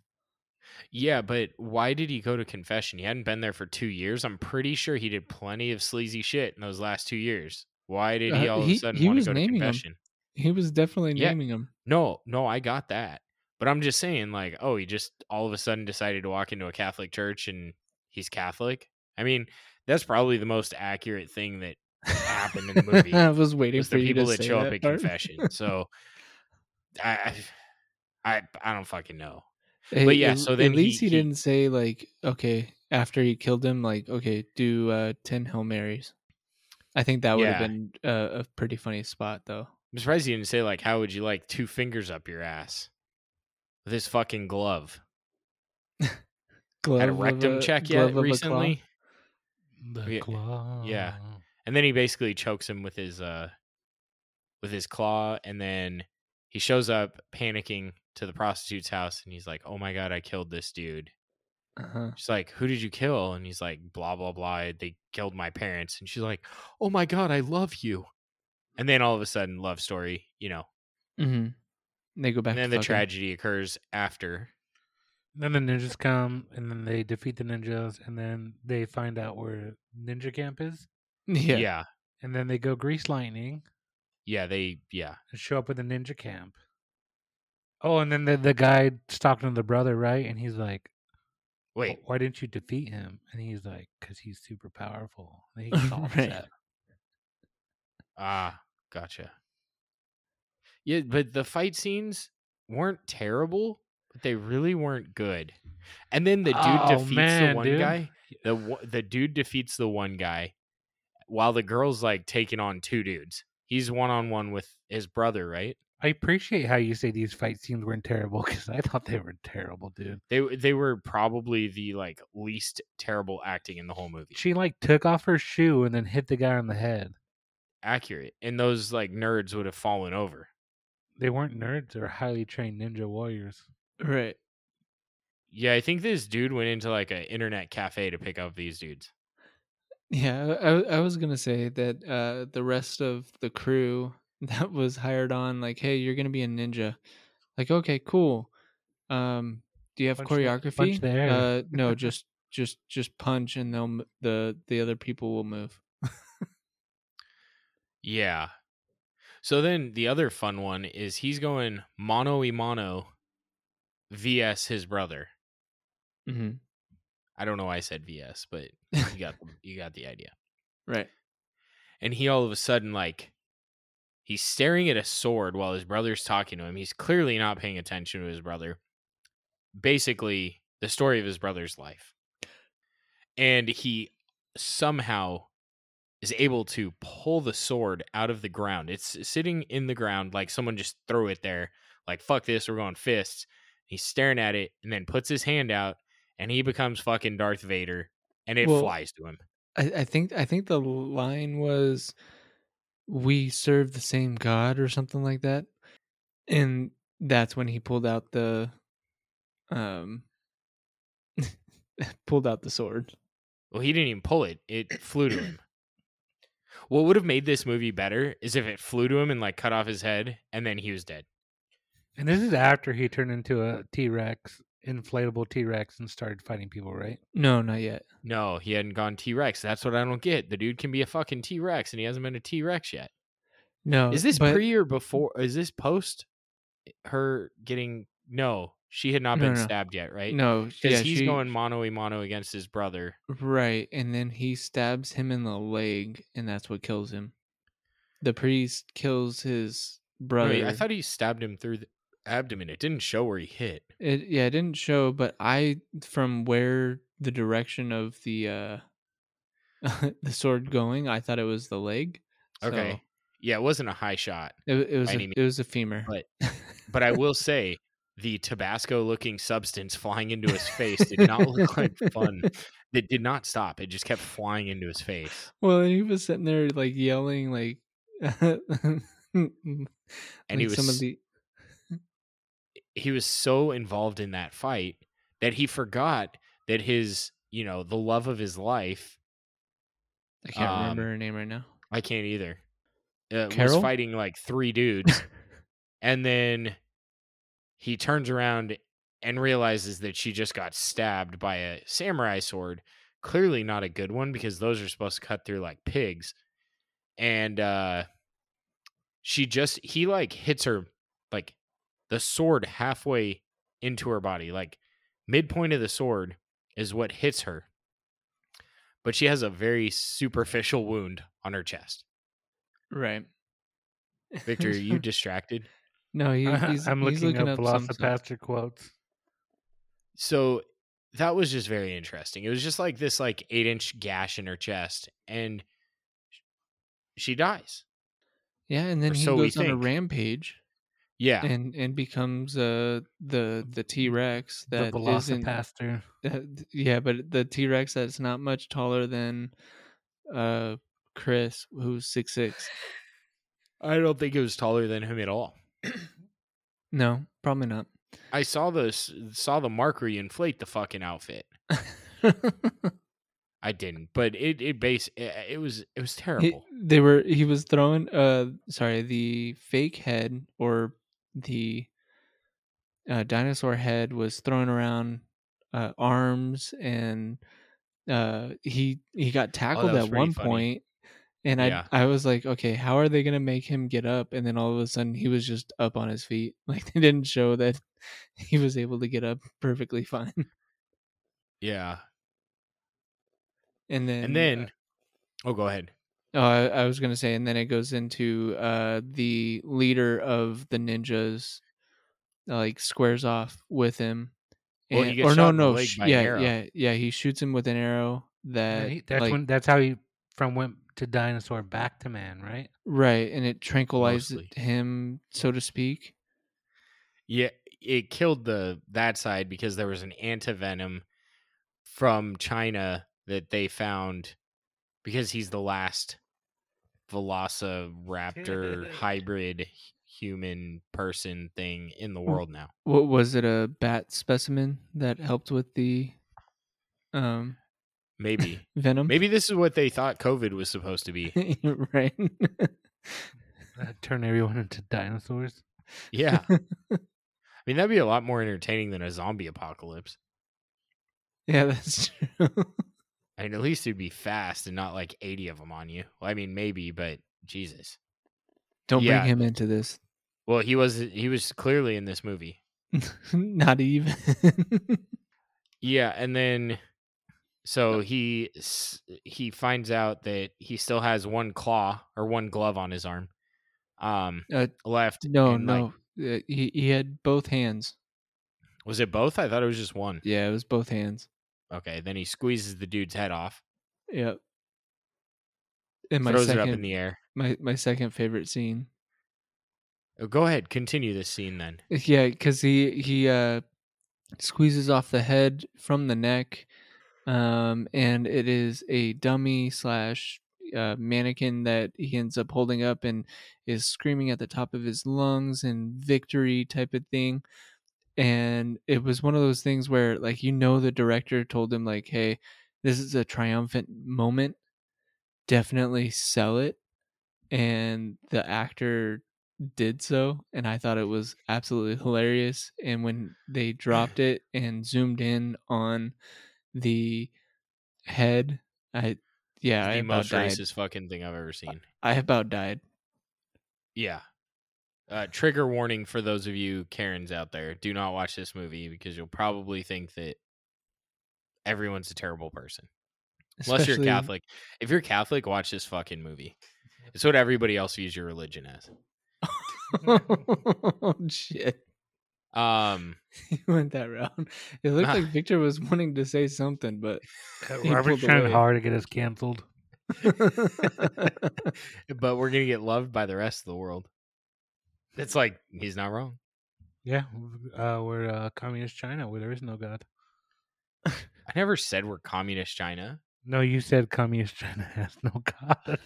Yeah, but why did he go to confession? He hadn't been there for two years. I'm pretty sure he did plenty of sleazy shit in those last two years. Why did he Uh, all he- of a sudden he want was to go to naming 'em. confession? he was definitely Yeah. naming him No, no, I got that. But I'm just saying, like, oh, he just all of a sudden decided to walk into a Catholic church and he's Catholic. I mean, that's probably the most accurate thing that happened in the movie. I was waiting is for the you people to that, say show up that at part. confession. So I, I, I, I don't fucking know. Hey, But yeah, at- so then at least he- he, he- didn't say like, okay, after he killed him, like, okay, do uh, ten Hail Marys. I think that would have Yeah. been uh, a pretty funny spot though. I'm surprised he didn't say like, how would you like two fingers up your ass with this fucking glove? Glove Had a of rectum check glove yet of a claw. recently? The Yeah. claw. Yeah. and then he basically chokes him with his uh with his claw and then he shows up panicking to the prostitute's house and he's like oh my god i killed this dude Uh-huh. She's like, "Who did you kill?" And he's like, "Blah blah blah. They killed my parents." And she's like, "Oh my god, I love you." And then all of a sudden, love story, you know. Mm-hmm. They go back. And then the to fucking- tragedy occurs after. Then the ninjas come, and then they defeat the ninjas, and then they find out where ninja camp is, Yeah. Yeah. yeah. yeah, and then they go grease lightning They yeah, and show up at the ninja camp. Oh, and then the the guy talking to the brother, right? And he's like, "Wh- wait, why didn't you defeat him?" And he's like, "Cause he's super powerful." And he gets all Right. upset. ah, gotcha. Yeah, but the fight scenes weren't terrible, but they really weren't good. And then the dude Oh, defeats man, the one dude. guy. The wo- the dude defeats the one guy, while the girl's like taking on two dudes. He's one on one with his brother, right? I appreciate how you say these fight scenes weren't terrible because I thought they were terrible, dude. They w- they were probably the like least terrible acting in the whole movie. She like took off her shoe and then hit the guy on the head. Accurate, and those like nerds would have fallen over. They weren't nerds; they were highly trained ninja warriors. Right. Yeah, I think this dude went into like an internet cafe to pick up these dudes. Yeah, I, I was gonna say that uh, the rest of the crew that was hired on, like, hey, you're gonna be a ninja. Like, okay, cool. Um, do you have Punch the- choreography? punch the air. Uh, no, just just just punch, and they'll m- the the other people will move. Yeah. So then the other fun one is he's going mono y mono vs his brother. Mm-hmm. I don't know why I said vs, but you got you got the idea. Right. and he all of a sudden like he's staring at a sword while his brother's talking to him he's clearly not paying attention to his brother basically the story of his brother's life and he somehow is able to pull the sword out of the ground it's sitting in the ground like someone just threw it there like fuck this we're going fists he's staring at it and then puts his hand out and he becomes fucking darth vader and it Well, flies to him I, I think I think the line was, "We serve the same God" or something like that, and that's when he pulled out the, um, pulled out the sword. Well, he didn't even pull it. It flew to him. What would have made this movie better is if it flew to him and like cut off his head and then he was dead. And this is after he turned into a T Rex, inflatable T Rex, and started fighting people, right? No, not yet. No, he hadn't gone T Rex. That's what I don't get. The dude can be a fucking T Rex and he hasn't been a T Rex yet. No, Is this Uh, but- pre or before? Is this post eh, her getting. No, she had not No, been no. stabbed yet, right? No, Because yeah, he's she- going mono y mono against his brother. right, and then he stabs him in the leg, and that's what kills him. The priest kills his I brother. mean, I thought he stabbed him through the abdomen. It didn't show where he hit. It yeah, it didn't show, but I from where the direction of the uh the sword going, I thought it was the leg. Okay. Yeah, it wasn't a high shot. So it, it was By a, any means. it was a femur. But- But I will say the Tabasco looking substance flying into his face did not look like fun. It did not stop. It just kept flying into his face. well, he was sitting there like yelling like and And he was some of the he was so involved in that fight that he forgot that his, you know, the love of his life, I can't um, remember her name right now. I can't either. Uh, was Carol? fighting like three dudes and then he turns around and realizes that she just got stabbed by a samurai sword clearly not a good one because those are supposed to cut through like pigs and uh she just he like hits her like the sword halfway into her body like midpoint of the sword is what hits her but she has a very superficial wound on her chest Right. victor are you distracted No, he, he's I'm he's looking, looking up, up something. Velocipaster quotes. so that was just very interesting. It was just like this like eight inch gash in her chest, and she dies. Yeah, and then or he so we goes on a think. rampage Yeah, and and becomes uh the the T-Rex The that isn't Velocipaster. Uh, th- yeah, but the T Rex that's not much taller than uh Chris, who's six six. I don't think it was taller than him at all. No, probably not. I saw this saw the marker you inflate the fucking outfit. I didn't, but it it base it, it was it was terrible. He- they were he was throwing uh sorry, the fake head or the uh, dinosaur head was thrown around uh, arms and uh he he got tackled Oh, was at pretty one funny. point, and I Yeah. I was like, okay, how are they gonna make him get up? And then all of a sudden he was just up on his feet. Like they didn't show that he was able to get up perfectly fine. yeah, And then and uh then oh, go ahead. Oh, I, I was gonna say, and then it goes into uh the leader of the ninjas, uh, like squares off with him. Well, he and- gets or shot no, in the no, leg sh- by an yeah, arrow. yeah, yeah. He shoots him with an arrow that Right? That's like, when that's how he from went to dinosaur back to man, right? right, and it tranquilized Mostly. him, so to speak. Yeah, it killed the that side because there was an antivenom from China that they found because he's the last velociraptor hybrid h- human person thing in the world now. What was it? A bat specimen that helped with the um Maybe. venom? Maybe this is what they thought COVID was supposed to be. right. Uh, turn everyone into dinosaurs. Yeah. I mean, that'd be a lot more entertaining than a zombie apocalypse. yeah, that's true. I mean, at least it'd be fast and not like 80 of them on you. Well, I mean, maybe, but Jesus. Don't Yeah. bring him into this. Well, he was he was clearly in this movie. Not even. Yeah, and then so he s- he finds out that he still has one claw or one glove on his arm, um, Uh, left. no, and, like- no. Uh, he he had both hands. was it both? I thought it was just one. Yeah, it was both hands. Okay, then he squeezes the dude's head off, Yep. And my throws second, it up in the air. my my second favorite scene. Oh, go ahead, continue this scene then. Yeah, because he he uh squeezes off the head from the neck, um, and it is a dummy slash uh, mannequin that he ends up holding up and is screaming at the top of his lungs and victory type of thing. And it was one of those things where like you know the director told him like, hey, this is a triumphant moment. Definitely sell it. And the actor did so and i thought it was absolutely hilarious and when they dropped it and zoomed in on the head i yeah I the about, most died. racist fucking thing I've ever seen. I about died Yeah. Uh, trigger warning for those of you Karens out there: do not watch this movie because you'll probably think that everyone's a terrible person. Unless you're Especially- Catholic. If you're Catholic, watch this fucking movie. It's what everybody else views your religion as. oh shit Um, you went that route it looked Nah. like victor was wanting to say something but Uh, He Robert's pulled trying away. hard to get us canceled. Eh, but we're gonna get loved by the rest of the world. It's like he's not wrong. Yeah, uh, we're uh, communist China where there is no God. I never said we're communist China. No, you said communist China has no God.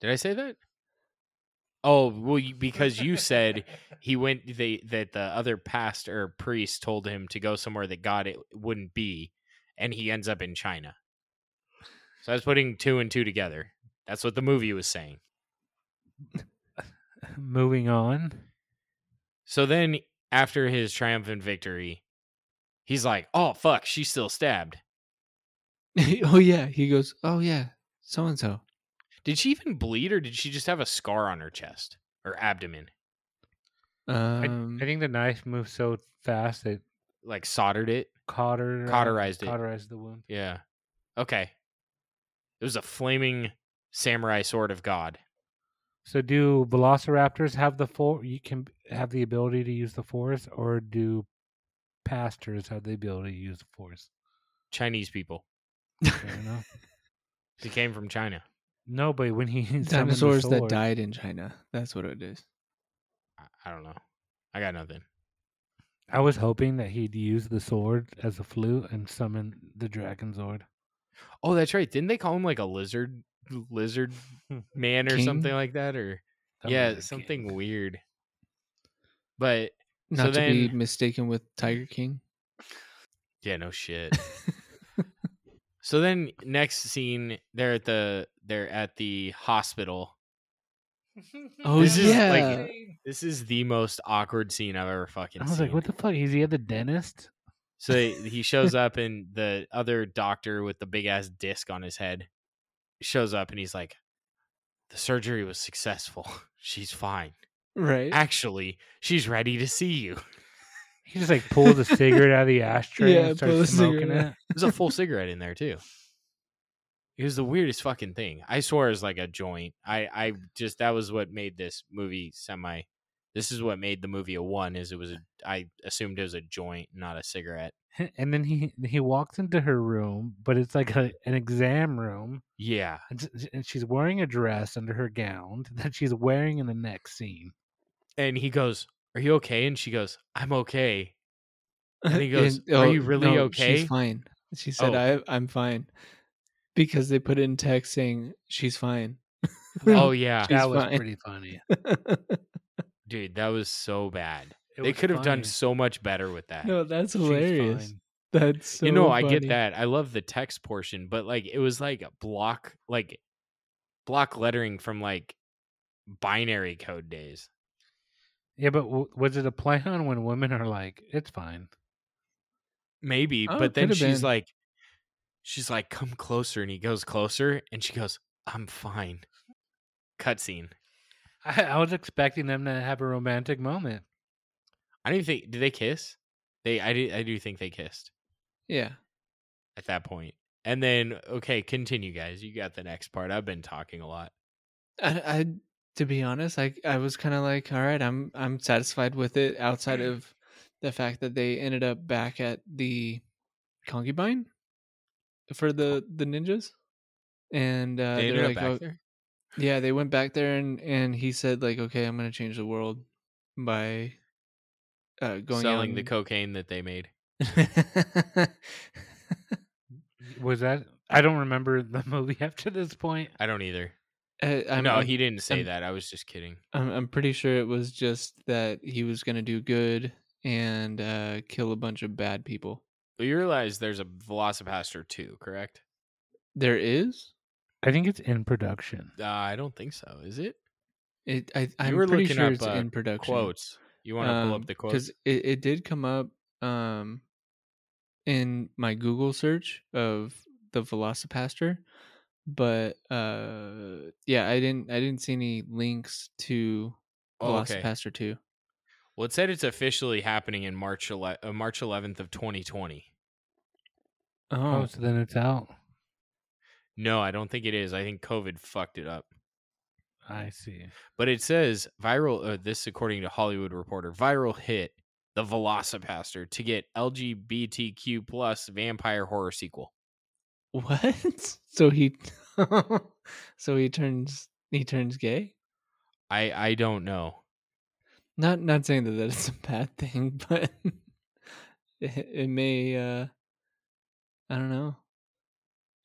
Did I say that? Oh well, you, because you said he went they that the other pastor or priest told him to go somewhere that God it wouldn't be, and he ends up in China. So I was putting two and two together. That's what the movie was saying. Moving on. So then after his triumphant victory, he's like, "Oh fuck, she's still stabbed." oh yeah he goes oh yeah so and so Did she even bleed, or did she just have a scar on her chest or abdomen, I, um I think the knife moved so fast it like soldered it? cauter- Cauterized it. cauterized the wound. Yeah. Okay. It was a flaming samurai sword of God. So, do velociraptors have the for You can have the ability to use the force, or do pastors have the ability to use the force? Chinese people. Fair enough. He came from China. No, but when he summoned the dinosaurs that sword- died in china that's what it is I, I don't know. I got nothing. I was hoping that he'd use the sword as a flute and summon the dragon sword. Oh, that's right. Didn't they call him like a lizard lizard man or King? something like that? Or yeah, something weird. But So not to be then- mistaken with tiger king yeah, no shit. So then next scene, they're at the they're at the hospital. Oh, This is, yeah. like- This is the most awkward scene I've ever fucking I seen. was like, what the fuck? Is he at the dentist? So they- he shows up, and the other doctor with the big ass disc on his head shows up, and he's like, "The surgery was successful. She's fine. Right. Actually, she's ready to see you." He just like pulls a cigarette out of the ashtray Yeah, and pull a starts smoking cigarette out. it. There's a full cigarette in there too. It was the weirdest fucking thing. I swore it was like a joint. I, I just that was what made this movie semi. This is what made the movie a one. Is it was a I assumed it was a joint, not a cigarette. And then he he walks into her room, but it's like a, an exam room, Yeah, and s- and she's wearing a dress under her gown that she's wearing in the next scene. and he goes, "Are you okay?" And she goes, "I'm okay." And he goes, And- "Are oh, you really no, okay?" She's fine. She said, Oh. I, I'm fine. Because they put in text saying, she's fine. Oh yeah, She's that was fine. pretty funny. dude, that was so bad. It they was could have done funny. so much better with that. no, that's She's hilarious. fine. That's so you know i get funny. that i love the text portion but like it was like a block like block lettering from like binary code days Yeah, but w- was it a play on when women are like, "It's fine"? maybe Oh, but it then could've she's been. like she's like come closer and he goes closer and she goes i'm fine cutscene I, I was expecting them to have a romantic moment. i don't even think did they kiss they i do i do think they kissed Yeah. at that point and then okay continue guys you got the next part i've been talking a lot I, I to be honest, I I was kind of like, all right, I'm I'm satisfied with it outside of the fact that they ended up back at the concubine for the the ninjas, and uh, Oh. they they're ended up like, back "Oh, there yeah, they went back there, and and he said like, okay, I'm gonna change the world by uh, going out selling the and- cocaine that they made Was that? I don't remember the movie after this point. i don't either Uh, I'm, no, I'm- he didn't say I'm- that. I was just kidding. I'm I'm pretty sure it was just that he was gonna do good and uh, kill a bunch of bad people. But you realize there's a Velocipaster 2, correct? There is. I think it's in production. Uh, I don't think so. Is it? It, I, I'm were pretty looking sure up, it's uh, in production. Quotes. You want to pull up the quotes? because Um, it, it did come up um, in my Google search of the Velocipaster, but uh, yeah, I didn't I didn't see any links to Oh, okay. Velocipaster two. Well, it said it's officially happening in March ele- uh, March 11th of 2020. Oh, Oh, so then it's out. No, I don't think it is. I think COVID fucked it up. I see. But it says viral. Uh, this, according to Hollywood Reporter, viral hit the Velocipaster to get LGBTQ plus vampire horror sequel. what? So he, so he turns he turns gay. I I don't know. Not not saying that that's a bad thing, but it, it may. uh I don't know.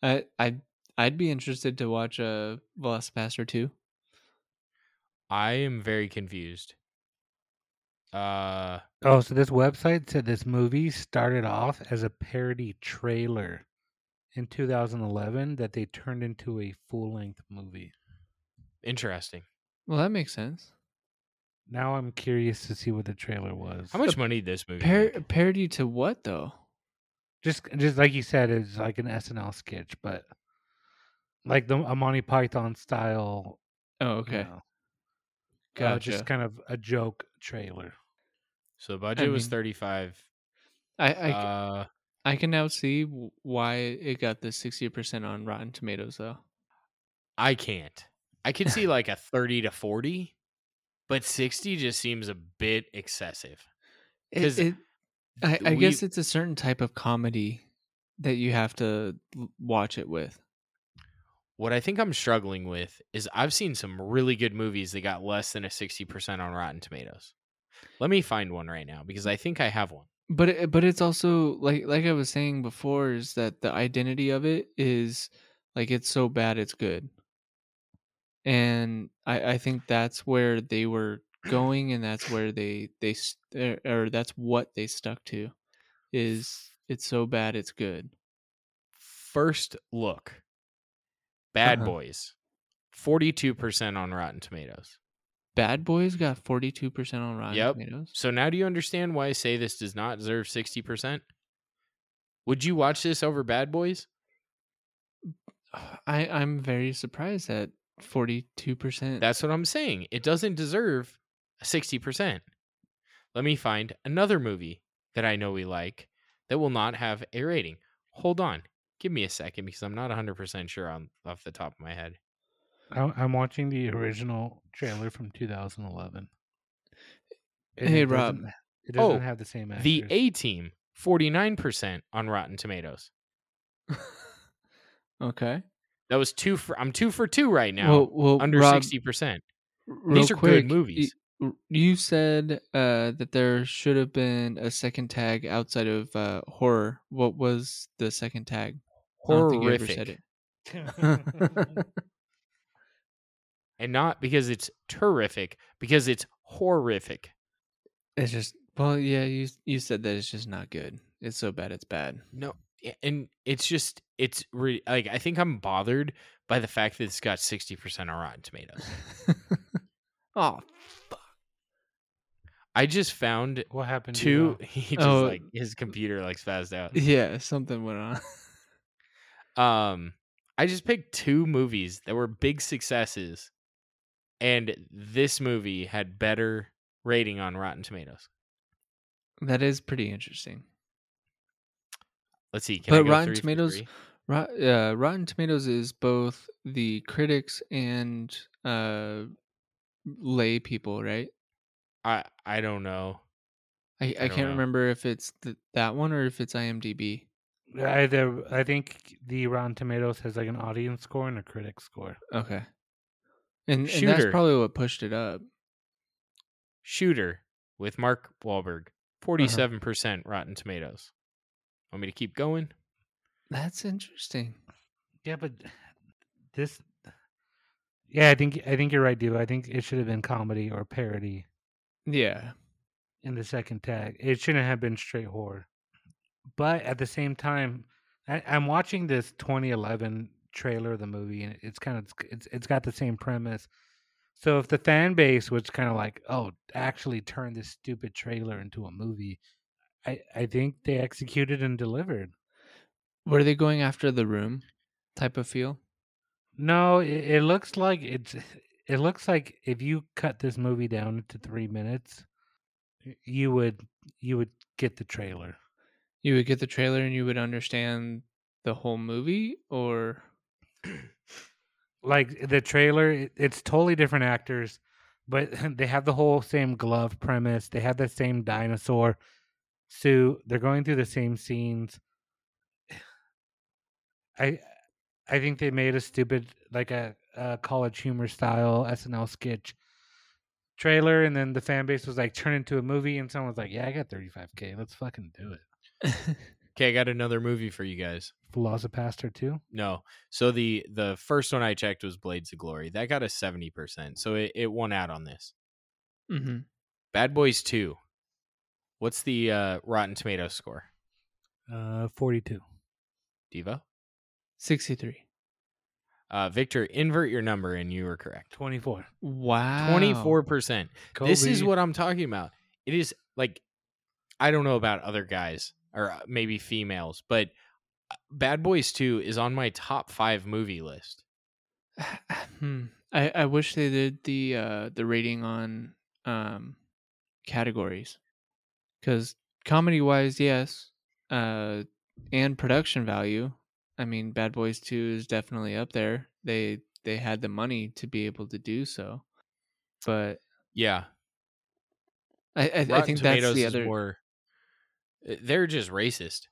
I I I'd be interested to watch a uh, Velocipaster two. I am very confused. Uh. Oh, so this website said this movie started off as a parody trailer in 2011 that they turned into a full-length movie. Interesting. Well, that makes sense. Now I'm curious to see what the trailer was. How much money did this movie? Par- make? parody to what though? just just like you said, it's like an SNL sketch, but like the a Monty Python style. Oh, you okay, know, uh, gotcha. just kind of a joke trailer. So the budget was mean, thirty-five. I I, uh, I can now see w- why it got the sixty percent on Rotten Tomatoes though. I can't. I could see like a thirty to forty, but sixty just seems a bit excessive. It- 'Cause it- I, I we- guess it's a certain type of comedy that you have to l- watch it with. What I think I'm struggling with is I've seen some really good movies that got less than a sixty percent on Rotten Tomatoes. Let me find one right now because I think I have one. but it, but it's also like like I was saying before is that the identity of it is like it's so bad it's good, and I I think that's where they were going and that's where they they s- er, or that's what they stuck to, is it's so bad it's good. first look, Bad Uh-huh. Boys, 42% on Rotten Tomatoes. Bad Boys got 42% on Rotten Yep. Tomatoes. So now do you understand why I say this does not deserve 60%? Would you watch this over Bad Boys? I, I'm very surprised at 42%. That's what I'm saying. It doesn't deserve 60%. Let me find another movie that I know we like that will not have a rating. Hold on. Give me a second because I'm not 100% sure on off the top of my head. I- I'm watching the original trailer from 2011. And Hey, it Rob. doesn't- It doesn't Oh, have the same. Actors. The A Team, 49% on Rotten Tomatoes. okay. That was two for I'm two for two right now. well, well, under Rob, 60%. These r- real are good quick, movies. y- You said uh, that there should have been a second tag outside of uh, horror. What was the second tag? I don't think you ever said Horrific. it. I And not because it's terrific, because it's horrific. It's just well, yeah. You you said that it's just not good. It's so bad, it's bad. No, yeah, and it's just it's re- like I think I'm bothered by the fact that it's got 60% on Rotten Tomatoes. oh, I just found what happened? to you, two Rob? he just Oh. like his computer like spazzed out. yeah. Something went on. Um I just picked two movies that were big successes and this movie had better rating on Rotten Tomatoes. that is pretty interesting. Let's see. Can I But go Rotten three for Tomatoes- three? Rot, uh, Rotten Tomatoes is both the critics and uh, lay people, right? I I don't know. I, I, don't can't know. remember if it's th- that one or if it's IMDb. Either I think the Rotten Tomatoes has like an audience score and a critic score. Okay. And, and that's Shooter. probably what pushed it up. Shooter with Mark Wahlberg, 47% percent Rotten Tomatoes. Want me to keep going? That's interesting. Yeah, but this. Yeah, I think I think you're right, Diva. I think it should have been comedy or parody Yeah. in the second tag. It shouldn't have been straight horror. But at the same time, I, I'm watching this 2011 trailer of the movie, and it's kind of it's it's got the same premise. So if the fan base was kind of like, oh, actually turn this stupid trailer into a movie, I I think they executed and delivered. Were they going after the room type of feel? No, it, it looks like it's. It looks like if you cut this movie down to three minutes, y- you would you would get the trailer. You would get the trailer and you would understand the whole movie or like the trailer it- it's totally different actors but they have the whole same glove premise they have the same dinosaur so they're going through the same scenes i i think they made a stupid like a, a college humor style snl sketch trailer and then the fan base was like turn into a movie and someone was like yeah i got 35k let's fucking do it Okay, I got another movie for you guys. Velocipaster 2 No. So the the first one I checked was Blades of Glory. That got a 70%. So it, it won out on this. Mhm. Bad Boys 2. What's the uh, Rotten Tomatoes score? uh 42 Devo? 63. Uh, Victor, invert your number and you were correct. 24 Wow. 24%. This is Kobe. what I'm talking about. It is like I don't know about other guys or uh, maybe females, but uh, Bad Boys 2 is on my top 5 movie list. Hmm. I, I wish they did the uh the rating on um categories because comedy wise yes uh and production value i mean bad boys 2 is definitely up there they they had the money to be able to do so but Yeah. i i, I Rotten think that's Tomatoes the is other more- they're just racist.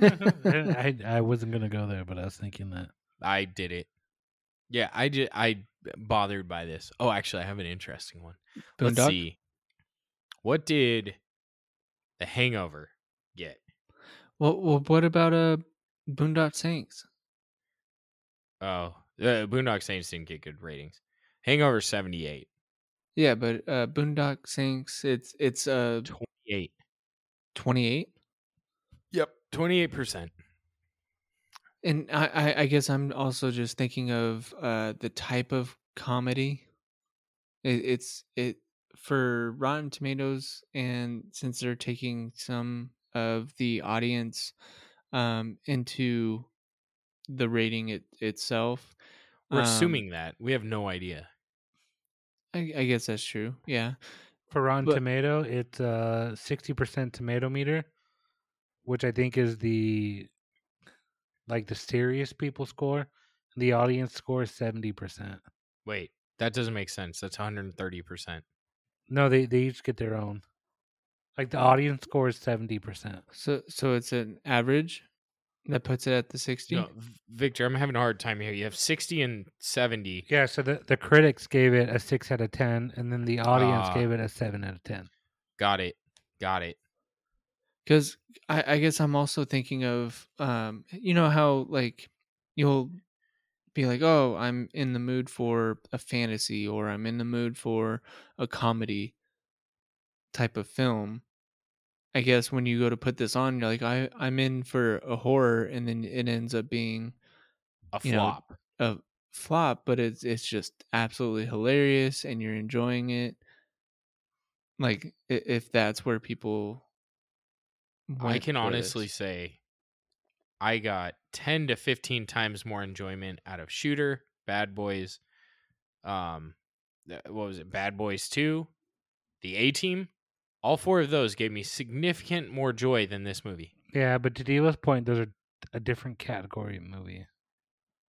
I, I wasn't gonna go there, but I was thinking that. I did it. Yeah, I just I bothered by this. Oh, actually, I have an interesting one. Let's Boondock? see. What did The Hangover get? well, well what about uh boondock saints Oh, uh, Boondock Saints didn't get good ratings. Hangover 78. yeah but uh boondock saints it's it's uh 28. 28 Yep, 28%. And I, I, I guess I'm also just thinking of uh, the type of comedy. It, it's it for Rotten Tomatoes, and since they're taking some of the audience um, into the rating it, itself, We're um, assuming that we have no idea. I, I guess that's true. Yeah. For Rotten But- Tomato, it's uh sixty percent tomato meter, which I think is the like the serious people score. The audience score is seventy percent. Wait, that doesn't make sense. That's 130 percent. No, they they each get their own. Like the audience score is seventy percent. So so it's an average that puts it at the sixty. No, V- Victor, I'm having a hard time here. You have 60 and 70. Yeah, so the, the critics gave it a six out of ten, and then the audience Ah. gave it a seven out of ten. Got it. Got it. because I, I guess I'm also thinking of um, you know how like you'll be like, oh, I'm in the mood for a fantasy or I'm in the mood for a comedy type of film. I guess when you go to put this on, you're like, I I'm in for a horror, and then it ends up being A You know, flop. a flop, but it's it's just absolutely hilarious, and you're enjoying it. Like i- if that's where people, I went can for honestly this. say I got 10 to 15 times more enjoyment out of Shooter, Bad Boys, um th- what was it? Bad Boys 2, The A Team. All four of those gave me significant more joy than this movie. Yeah, but to Diva's point, those are a different category of movie.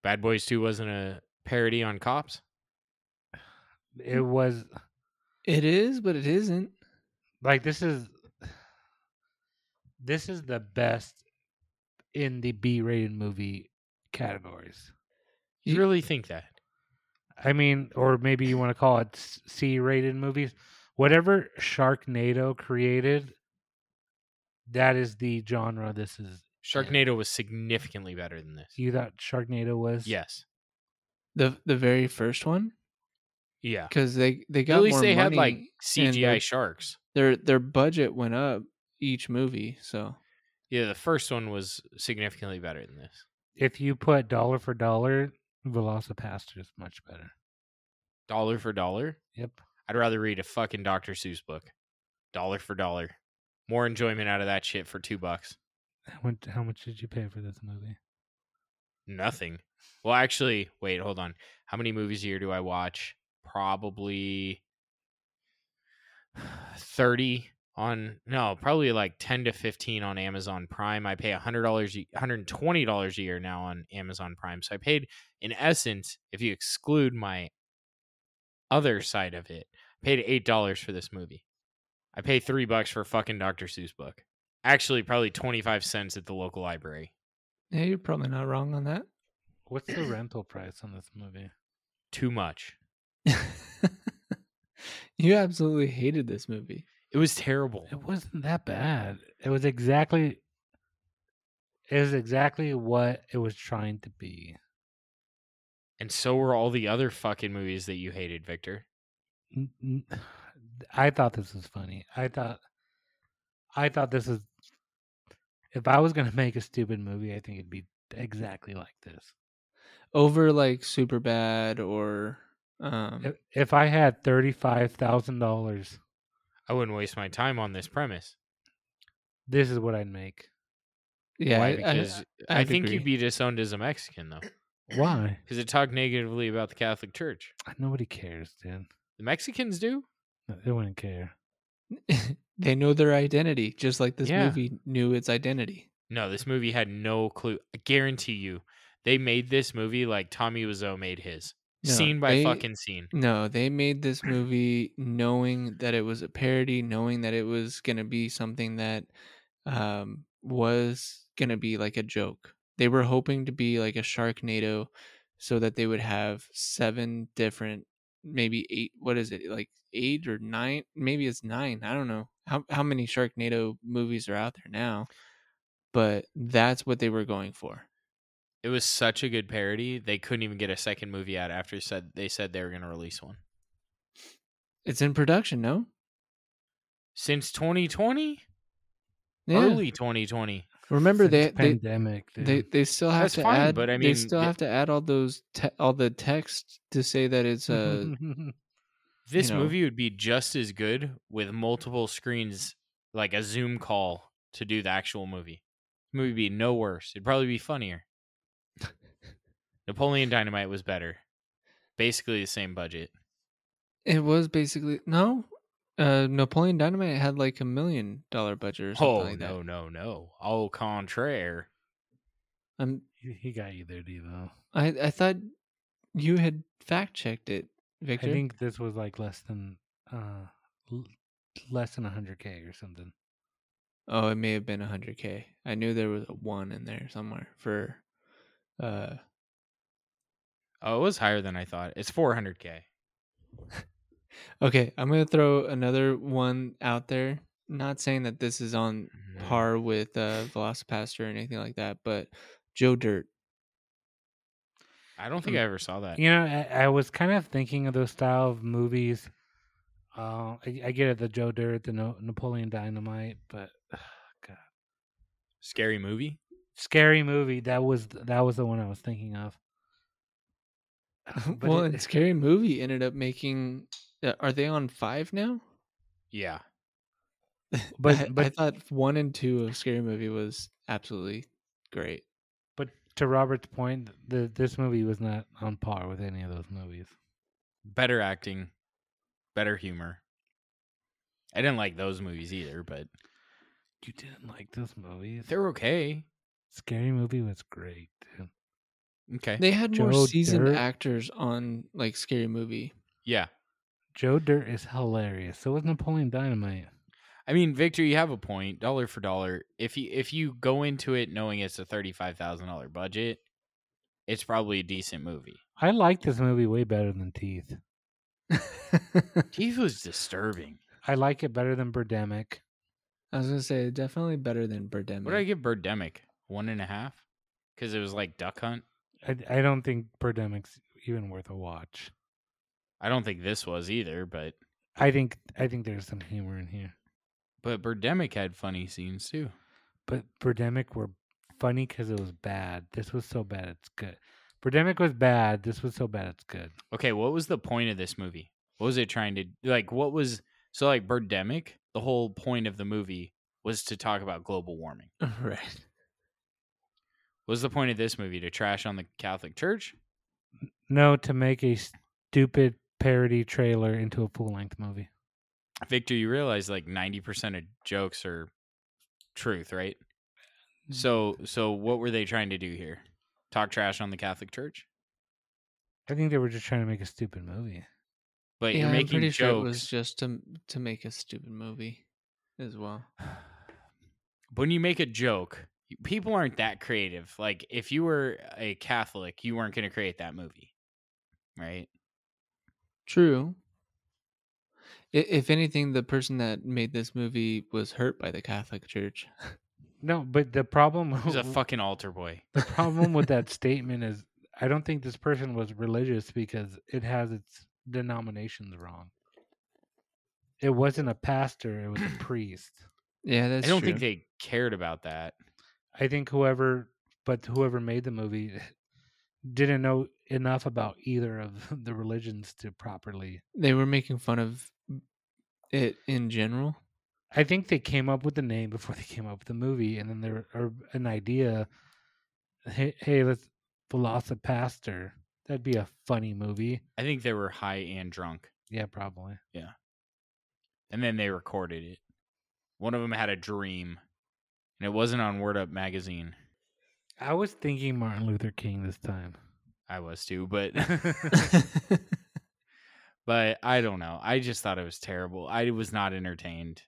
Bad Boys 2 wasn't a parody on cops. It was It is, but it isn't. like this is this is the best in the B rated movie categories. You Ye- really think that? I mean, or maybe you want to call it C rated movies. Whatever Sharknado created, that is the genre this is. Sharknado was significantly better than this. You thought Sharknado was? Yes. The the very first one Yeah. because they they got At least more they had like money and CGI they- sharks. Their their budget went up each movie, so Yeah, the first one was significantly better than this. if you put dollar for dollar, Velocipaster is much better. Dollar for dollar? Yep. I'd rather read a fucking Dr. Seuss book. Dollar for dollar. More enjoyment out of that shit for two bucks. How much, how much did you pay for this movie? Nothing. Well, actually, wait, hold on. How many movies a year do I watch? Probably 30 on no, probably like 10 to 15 on Amazon Prime. I pay $100 a- $120 a year now on Amazon Prime. So I paid in essence, if you exclude my other side of it, I paid $8 for this movie. I pay 3 bucks for a fucking Dr. Seuss book. Actually, probably 25 cents at the local library. yeah, you're probably not wrong on that. What's the rental price on this movie? Too much. you absolutely hated this movie. It was terrible. It wasn't that bad. It was exactly it was exactly what it was trying to be. And so were all the other fucking movies that you hated, Victor. N- n- I thought this was funny. I thought I thought this was if I was going to make a stupid movie, I think it'd be exactly like this. Over like super bad or Uh, um If, if I had $35,000, I wouldn't waste my time on this premise. this is what I'd make. yeah, Why? I- I- Because I'd I, think agree. you'd be disowned as a Mexican, though, Why? because it talked negatively about the Catholic Church. Nobody cares, dude. The Mexicans do. They wouldn't care. they know their identity, just like this Yeah. movie knew its identity. No, this movie had no clue. I guarantee you, they made this movie like Tommy Wiseau made his, No, scene by they- fucking scene. No, they made this movie knowing that it was a parody, knowing that it was going to be something that um, was going to be like a joke. They were hoping to be like a Sharknado so that they would have seven different, maybe eight, what is it, like eight or nine? Maybe it's nine. I don't know. How, how many Sharknado movies are out there now? But that's what they were going for. It was such a good parody. They couldn't even get a second movie out after said they said they were going to release one It's in production, no? since 2020, Yeah. Oh, early 2020. Remember since they they, pandemic. dude. they they still have That's to fine, add, but I they mean, still it- have to add all those te- all the text to say that it's a Mm-hmm. This know. movie would be just as good with multiple screens, like a Zoom call to do the actual movie. The movie would be no worse. It'd probably be funnier. Napoleon Dynamite was better. Basically the same budget. It was basically no. Uh, Napoleon Dynamite had like a million dollar budget or something Oh like no that. no no! Au contraire. I'm, he he got you there, Devo. I I thought you had fact checked it, I Victor. think this was like less than uh l- less than 100k or something. Oh, it may have been 100k. I knew there was a one in there somewhere for. Uh, Oh, it was higher than I thought. It's 400k. okay, I'm gonna throw another one out there. Not saying that this is on Mm, par with uh, Velocipaster or anything like that, but Joe Dirt. I don't Mm, think I ever saw that. You know, I, I was kind of thinking of those style of movies. Uh, I, I get it, the Joe Dirt, the no- Napoleon Dynamite, but Scary movie. scary movie. That was th- that was the one I was thinking of. But well, it- and Scary Movie ended up making. Uh, are they on five now? Yeah. But I, I but thought one and two of Scary Movie was absolutely great. but to Robert's point, the, this movie was not on par with any of those movies. Better acting. Better humor. I didn't like those movies either, but You didn't like those movies. they're okay. Scary movie was great. Dude. Okay. They had more Joe seasoned Dirt. actors on like Scary Movie. yeah. Joe Dirt is hilarious. So was Napoleon Dynamite. I mean, Victor, you have a point. Dollar for dollar, if you if you go into it knowing it's a thirty-five thousand dollar budget, it's probably a decent movie. I like this movie way better than Teeth. I Teeth was disturbing. I like it better than Birdemic. was gonna say definitely better than Birdemic. What did I give Birdemic? One and a half, because it was like Duck Hunt. I, I don't think Birdemic's even worth a watch. I don't think this was either, but I think I think there's some humor in here, but Birdemic had funny scenes too. but Birdemic were funny because it was bad. This was so bad it's good. Birdemic was bad. This was so bad it's good. Okay, what was the point of this movie? What was it trying to like? What was so like Birdemic? The whole point of the movie was to talk about global warming. right. What was the point of this movie to trash on the Catholic Church? No, to make a stupid parody trailer into a full length movie. Victor, you realize like ninety percent of jokes are truth, right? Mm-hmm. So, so what were they trying to do here? Talk trash on the Catholic Church, I think they were just trying to make a stupid movie. but yeah, you're I'm making pretty jokes. sure it was just to to make a stupid movie as well. when you make a joke, people aren't that creative. Like if you were a Catholic, you weren't going to create that movie, right? True. I- If anything, the person that made this movie was hurt by the Catholic Church. No, but the problem He's a fucking altar boy. the problem with that statement is I don't think this person was religious because it has its denominations wrong. It wasn't a pastor, it was a priest. Yeah, that's. I don't true. think they cared about that. I think whoever but whoever made the movie eh, didn't know enough about either of the religions to properly they were making fun of it in general. I think they came up with the name before they came up with the movie, and then there or an idea. Hey, hey, let's Velocipaster. That'd be a funny movie. I think they were high and drunk, Yeah, probably. and then they recorded it. One of them had a dream, and it wasn't on Word Up magazine. I was thinking Martin Luther King this time. I was too, but but I don't know. I just thought it was terrible. I was not entertained.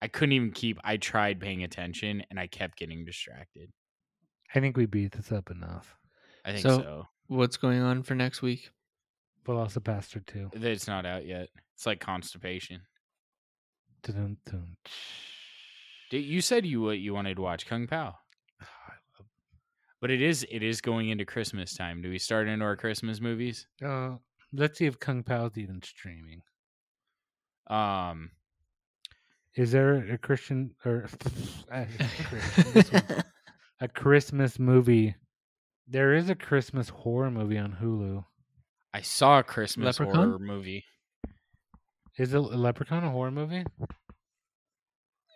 I couldn't even keep. I tried paying attention, and I kept getting distracted. I think we beat this up enough. I think So- so. What's going on for next week? Velocipaster two. That It's not out yet. It's like constipation. Dun, dun. Dude, You said you what you wanted to watch Kung Pao, but it is it is going into Christmas time. Do we start into our Christmas movies? Uh, let's see if Kung Pao's even streaming. Um, Is there a Christian or I- Christian, this one. a Christmas movie. There is a Christmas horror movie on Hulu. I saw a Christmas Leprechaun? horror movie. Is a Leprechaun a horror movie?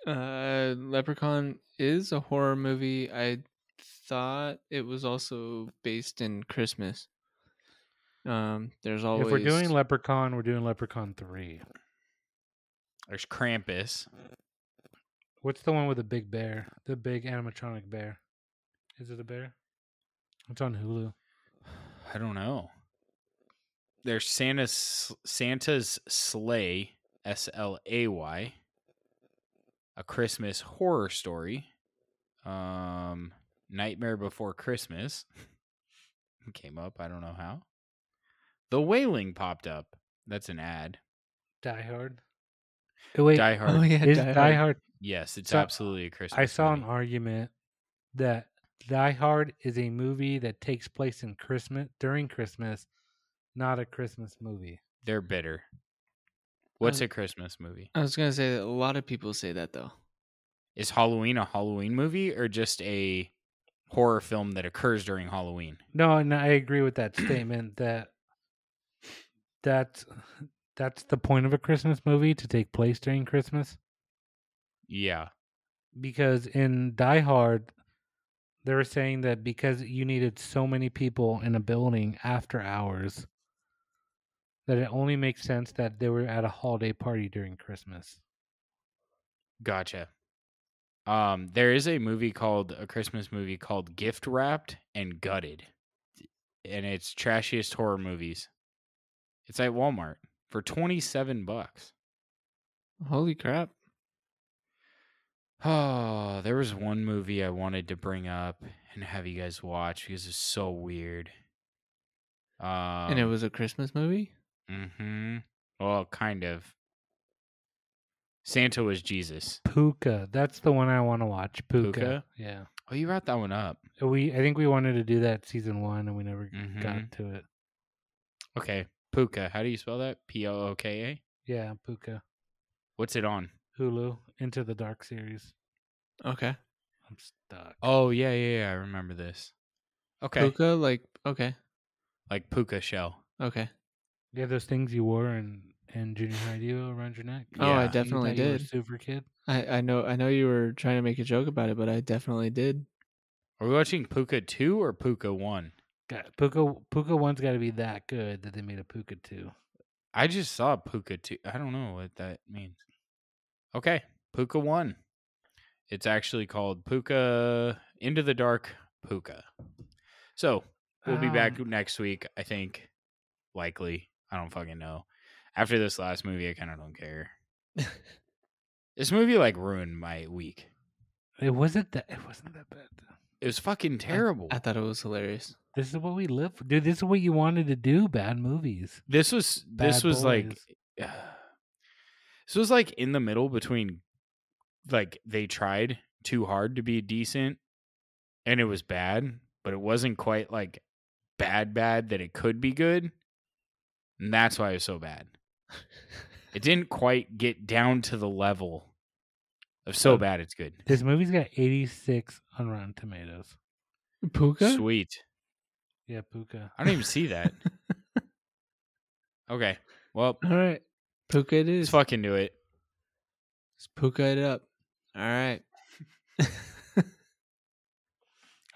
Uh, Leprechaun is a horror movie. I thought it was also based in Christmas. Um, there's always If we're doing Leprechaun, we're doing Leprechaun 3. There's Krampus. What's the one with the big bear? The big animatronic bear. Is it a bear? It's on Hulu. I don't know. There's Santa's Santa's sleigh, S L A Y. A Christmas horror story. Um, Nightmare Before Christmas came up. I don't know how. The Wailing popped up. That's an ad. Die Hard. Oh, wait, Die Hard. Oh yeah, is Die, Hard. Yes, it's So, absolutely a Christmas. I saw an movie. argument that Die Hard is a movie that takes place in Christmas during Christmas, not a Christmas movie. They're bitter. What's Um, a Christmas movie? I was gonna say that a lot of people say that though. Is Halloween a Halloween movie or just a horror film that occurs during Halloween? No, and I agree with that statement that that's that's the point of a Christmas movie to take place during Christmas. Yeah. because in Die Hard, they were saying that because you needed so many people in a building after hours, that it only makes sense that they were at a holiday party during Christmas. Gotcha. Um, there is a movie called a Christmas movie called Gift Wrapped and Gutted, and it's trashiest horror movies. It's at Walmart for twenty seven bucks. Holy crap! Oh, there was one movie I wanted to bring up and have you guys watch because it's so weird. Um, and it was a Christmas movie. Mm-hmm. Well, kind of. Santa was Jesus. Puka, that's the one I want to watch. Puka. Puka? yeah. Oh, you wrote that one up. We I think we wanted to do that season one, and we never Mhm. got Mm-hmm. to it. Okay. Puka. How do you spell that? P O O K A? Yeah, Puka, What's it on? Hulu, Into the Dark series. Okay. I'm stuck. Oh yeah, yeah, yeah. I remember this. Okay. Puka, like okay, Like puka shell. okay. Yeah, those things you wore in in junior high, do you around your neck? Oh, I Yeah. You definitely thought you were a did. Super kid. I I know I know you were trying to make a joke about it, but I definitely did. Are we watching Puka two or Puka one? Got, Puka Puka one's got to be that good that they made a Puka two. I just saw Puka two. I don't know what that means. Okay, Puka one. It's actually called Puka Into the Dark Puka. So we'll be back Um, next week. I think, likely. I don't fucking know. After this last movie, I kind of don't care. this movie like ruined my week. It wasn't that. It wasn't that bad. though. It was fucking terrible. I thought it was hilarious. This is what we live for, dude. This is what you wanted to do. Bad movies. this was this Bad was like Boys. this was like in the middle between like they tried too hard to be decent and it was bad but it wasn't quite like bad bad that it could be good and that's why it was so bad it didn't quite get down to the level of so bad it's good This movie's got eighty six on Rotten Tomatoes. Puka. sweet Yeah, Puka. i don't even see that okay well All right, Puka it let's is. fucking do it Let's Puka it up. All right.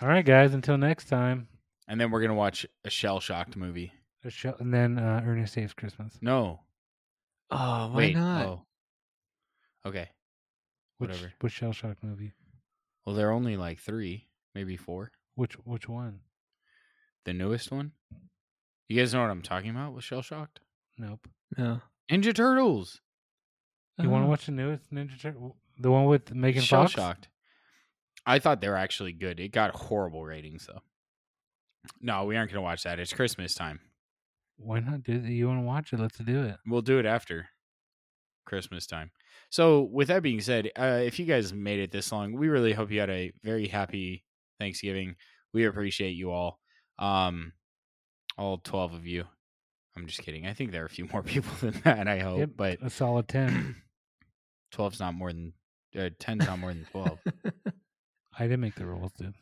All right, guys. Until next time. and then we're gonna watch a shell shocked movie A show, and then uh, Ernest Saves Christmas. No. Oh, why wait. not? Oh. Okay. Which Whatever. which shell shock movie? Well, there are only like three, maybe four. Which which one? The newest one. You guys know what I'm talking about with Shell Shocked? Nope. No. Ninja Turtles. You want to Oh. watch the newest Ninja Turtle? The one with Megan Uh. Shell Fox. Shocked. I thought they were actually good. It got horrible ratings though. No, we aren't gonna watch that. It's Christmas time. Why not do that? You want to watch it? Let's do it. We'll do it after Christmas time. So, with that being said, uh, if you guys made it this long, we really hope you had a very happy Thanksgiving. We appreciate you all, um, all twelve of you. I'm just kidding. I think there are a few more people than that. I hope, Yep. Oh, but A solid ten. 12's not more than uh, 10's not more than twelve. I didn't make the rules, dude.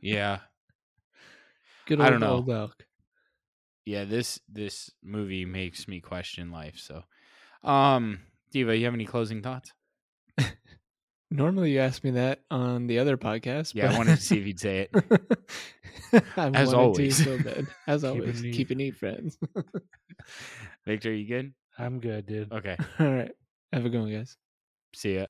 yeah. Good old I don't know. old elk. yeah this this movie makes me question life so um diva you have any closing thoughts Normally, you ask me that on the other podcast. yeah but i wanted to see if you'd say it I As wanted always. to so bad. As Keep it always, neat. keep it neat, friends. victor you good I'm good, dude. okay All right, have a good one, guys. see ya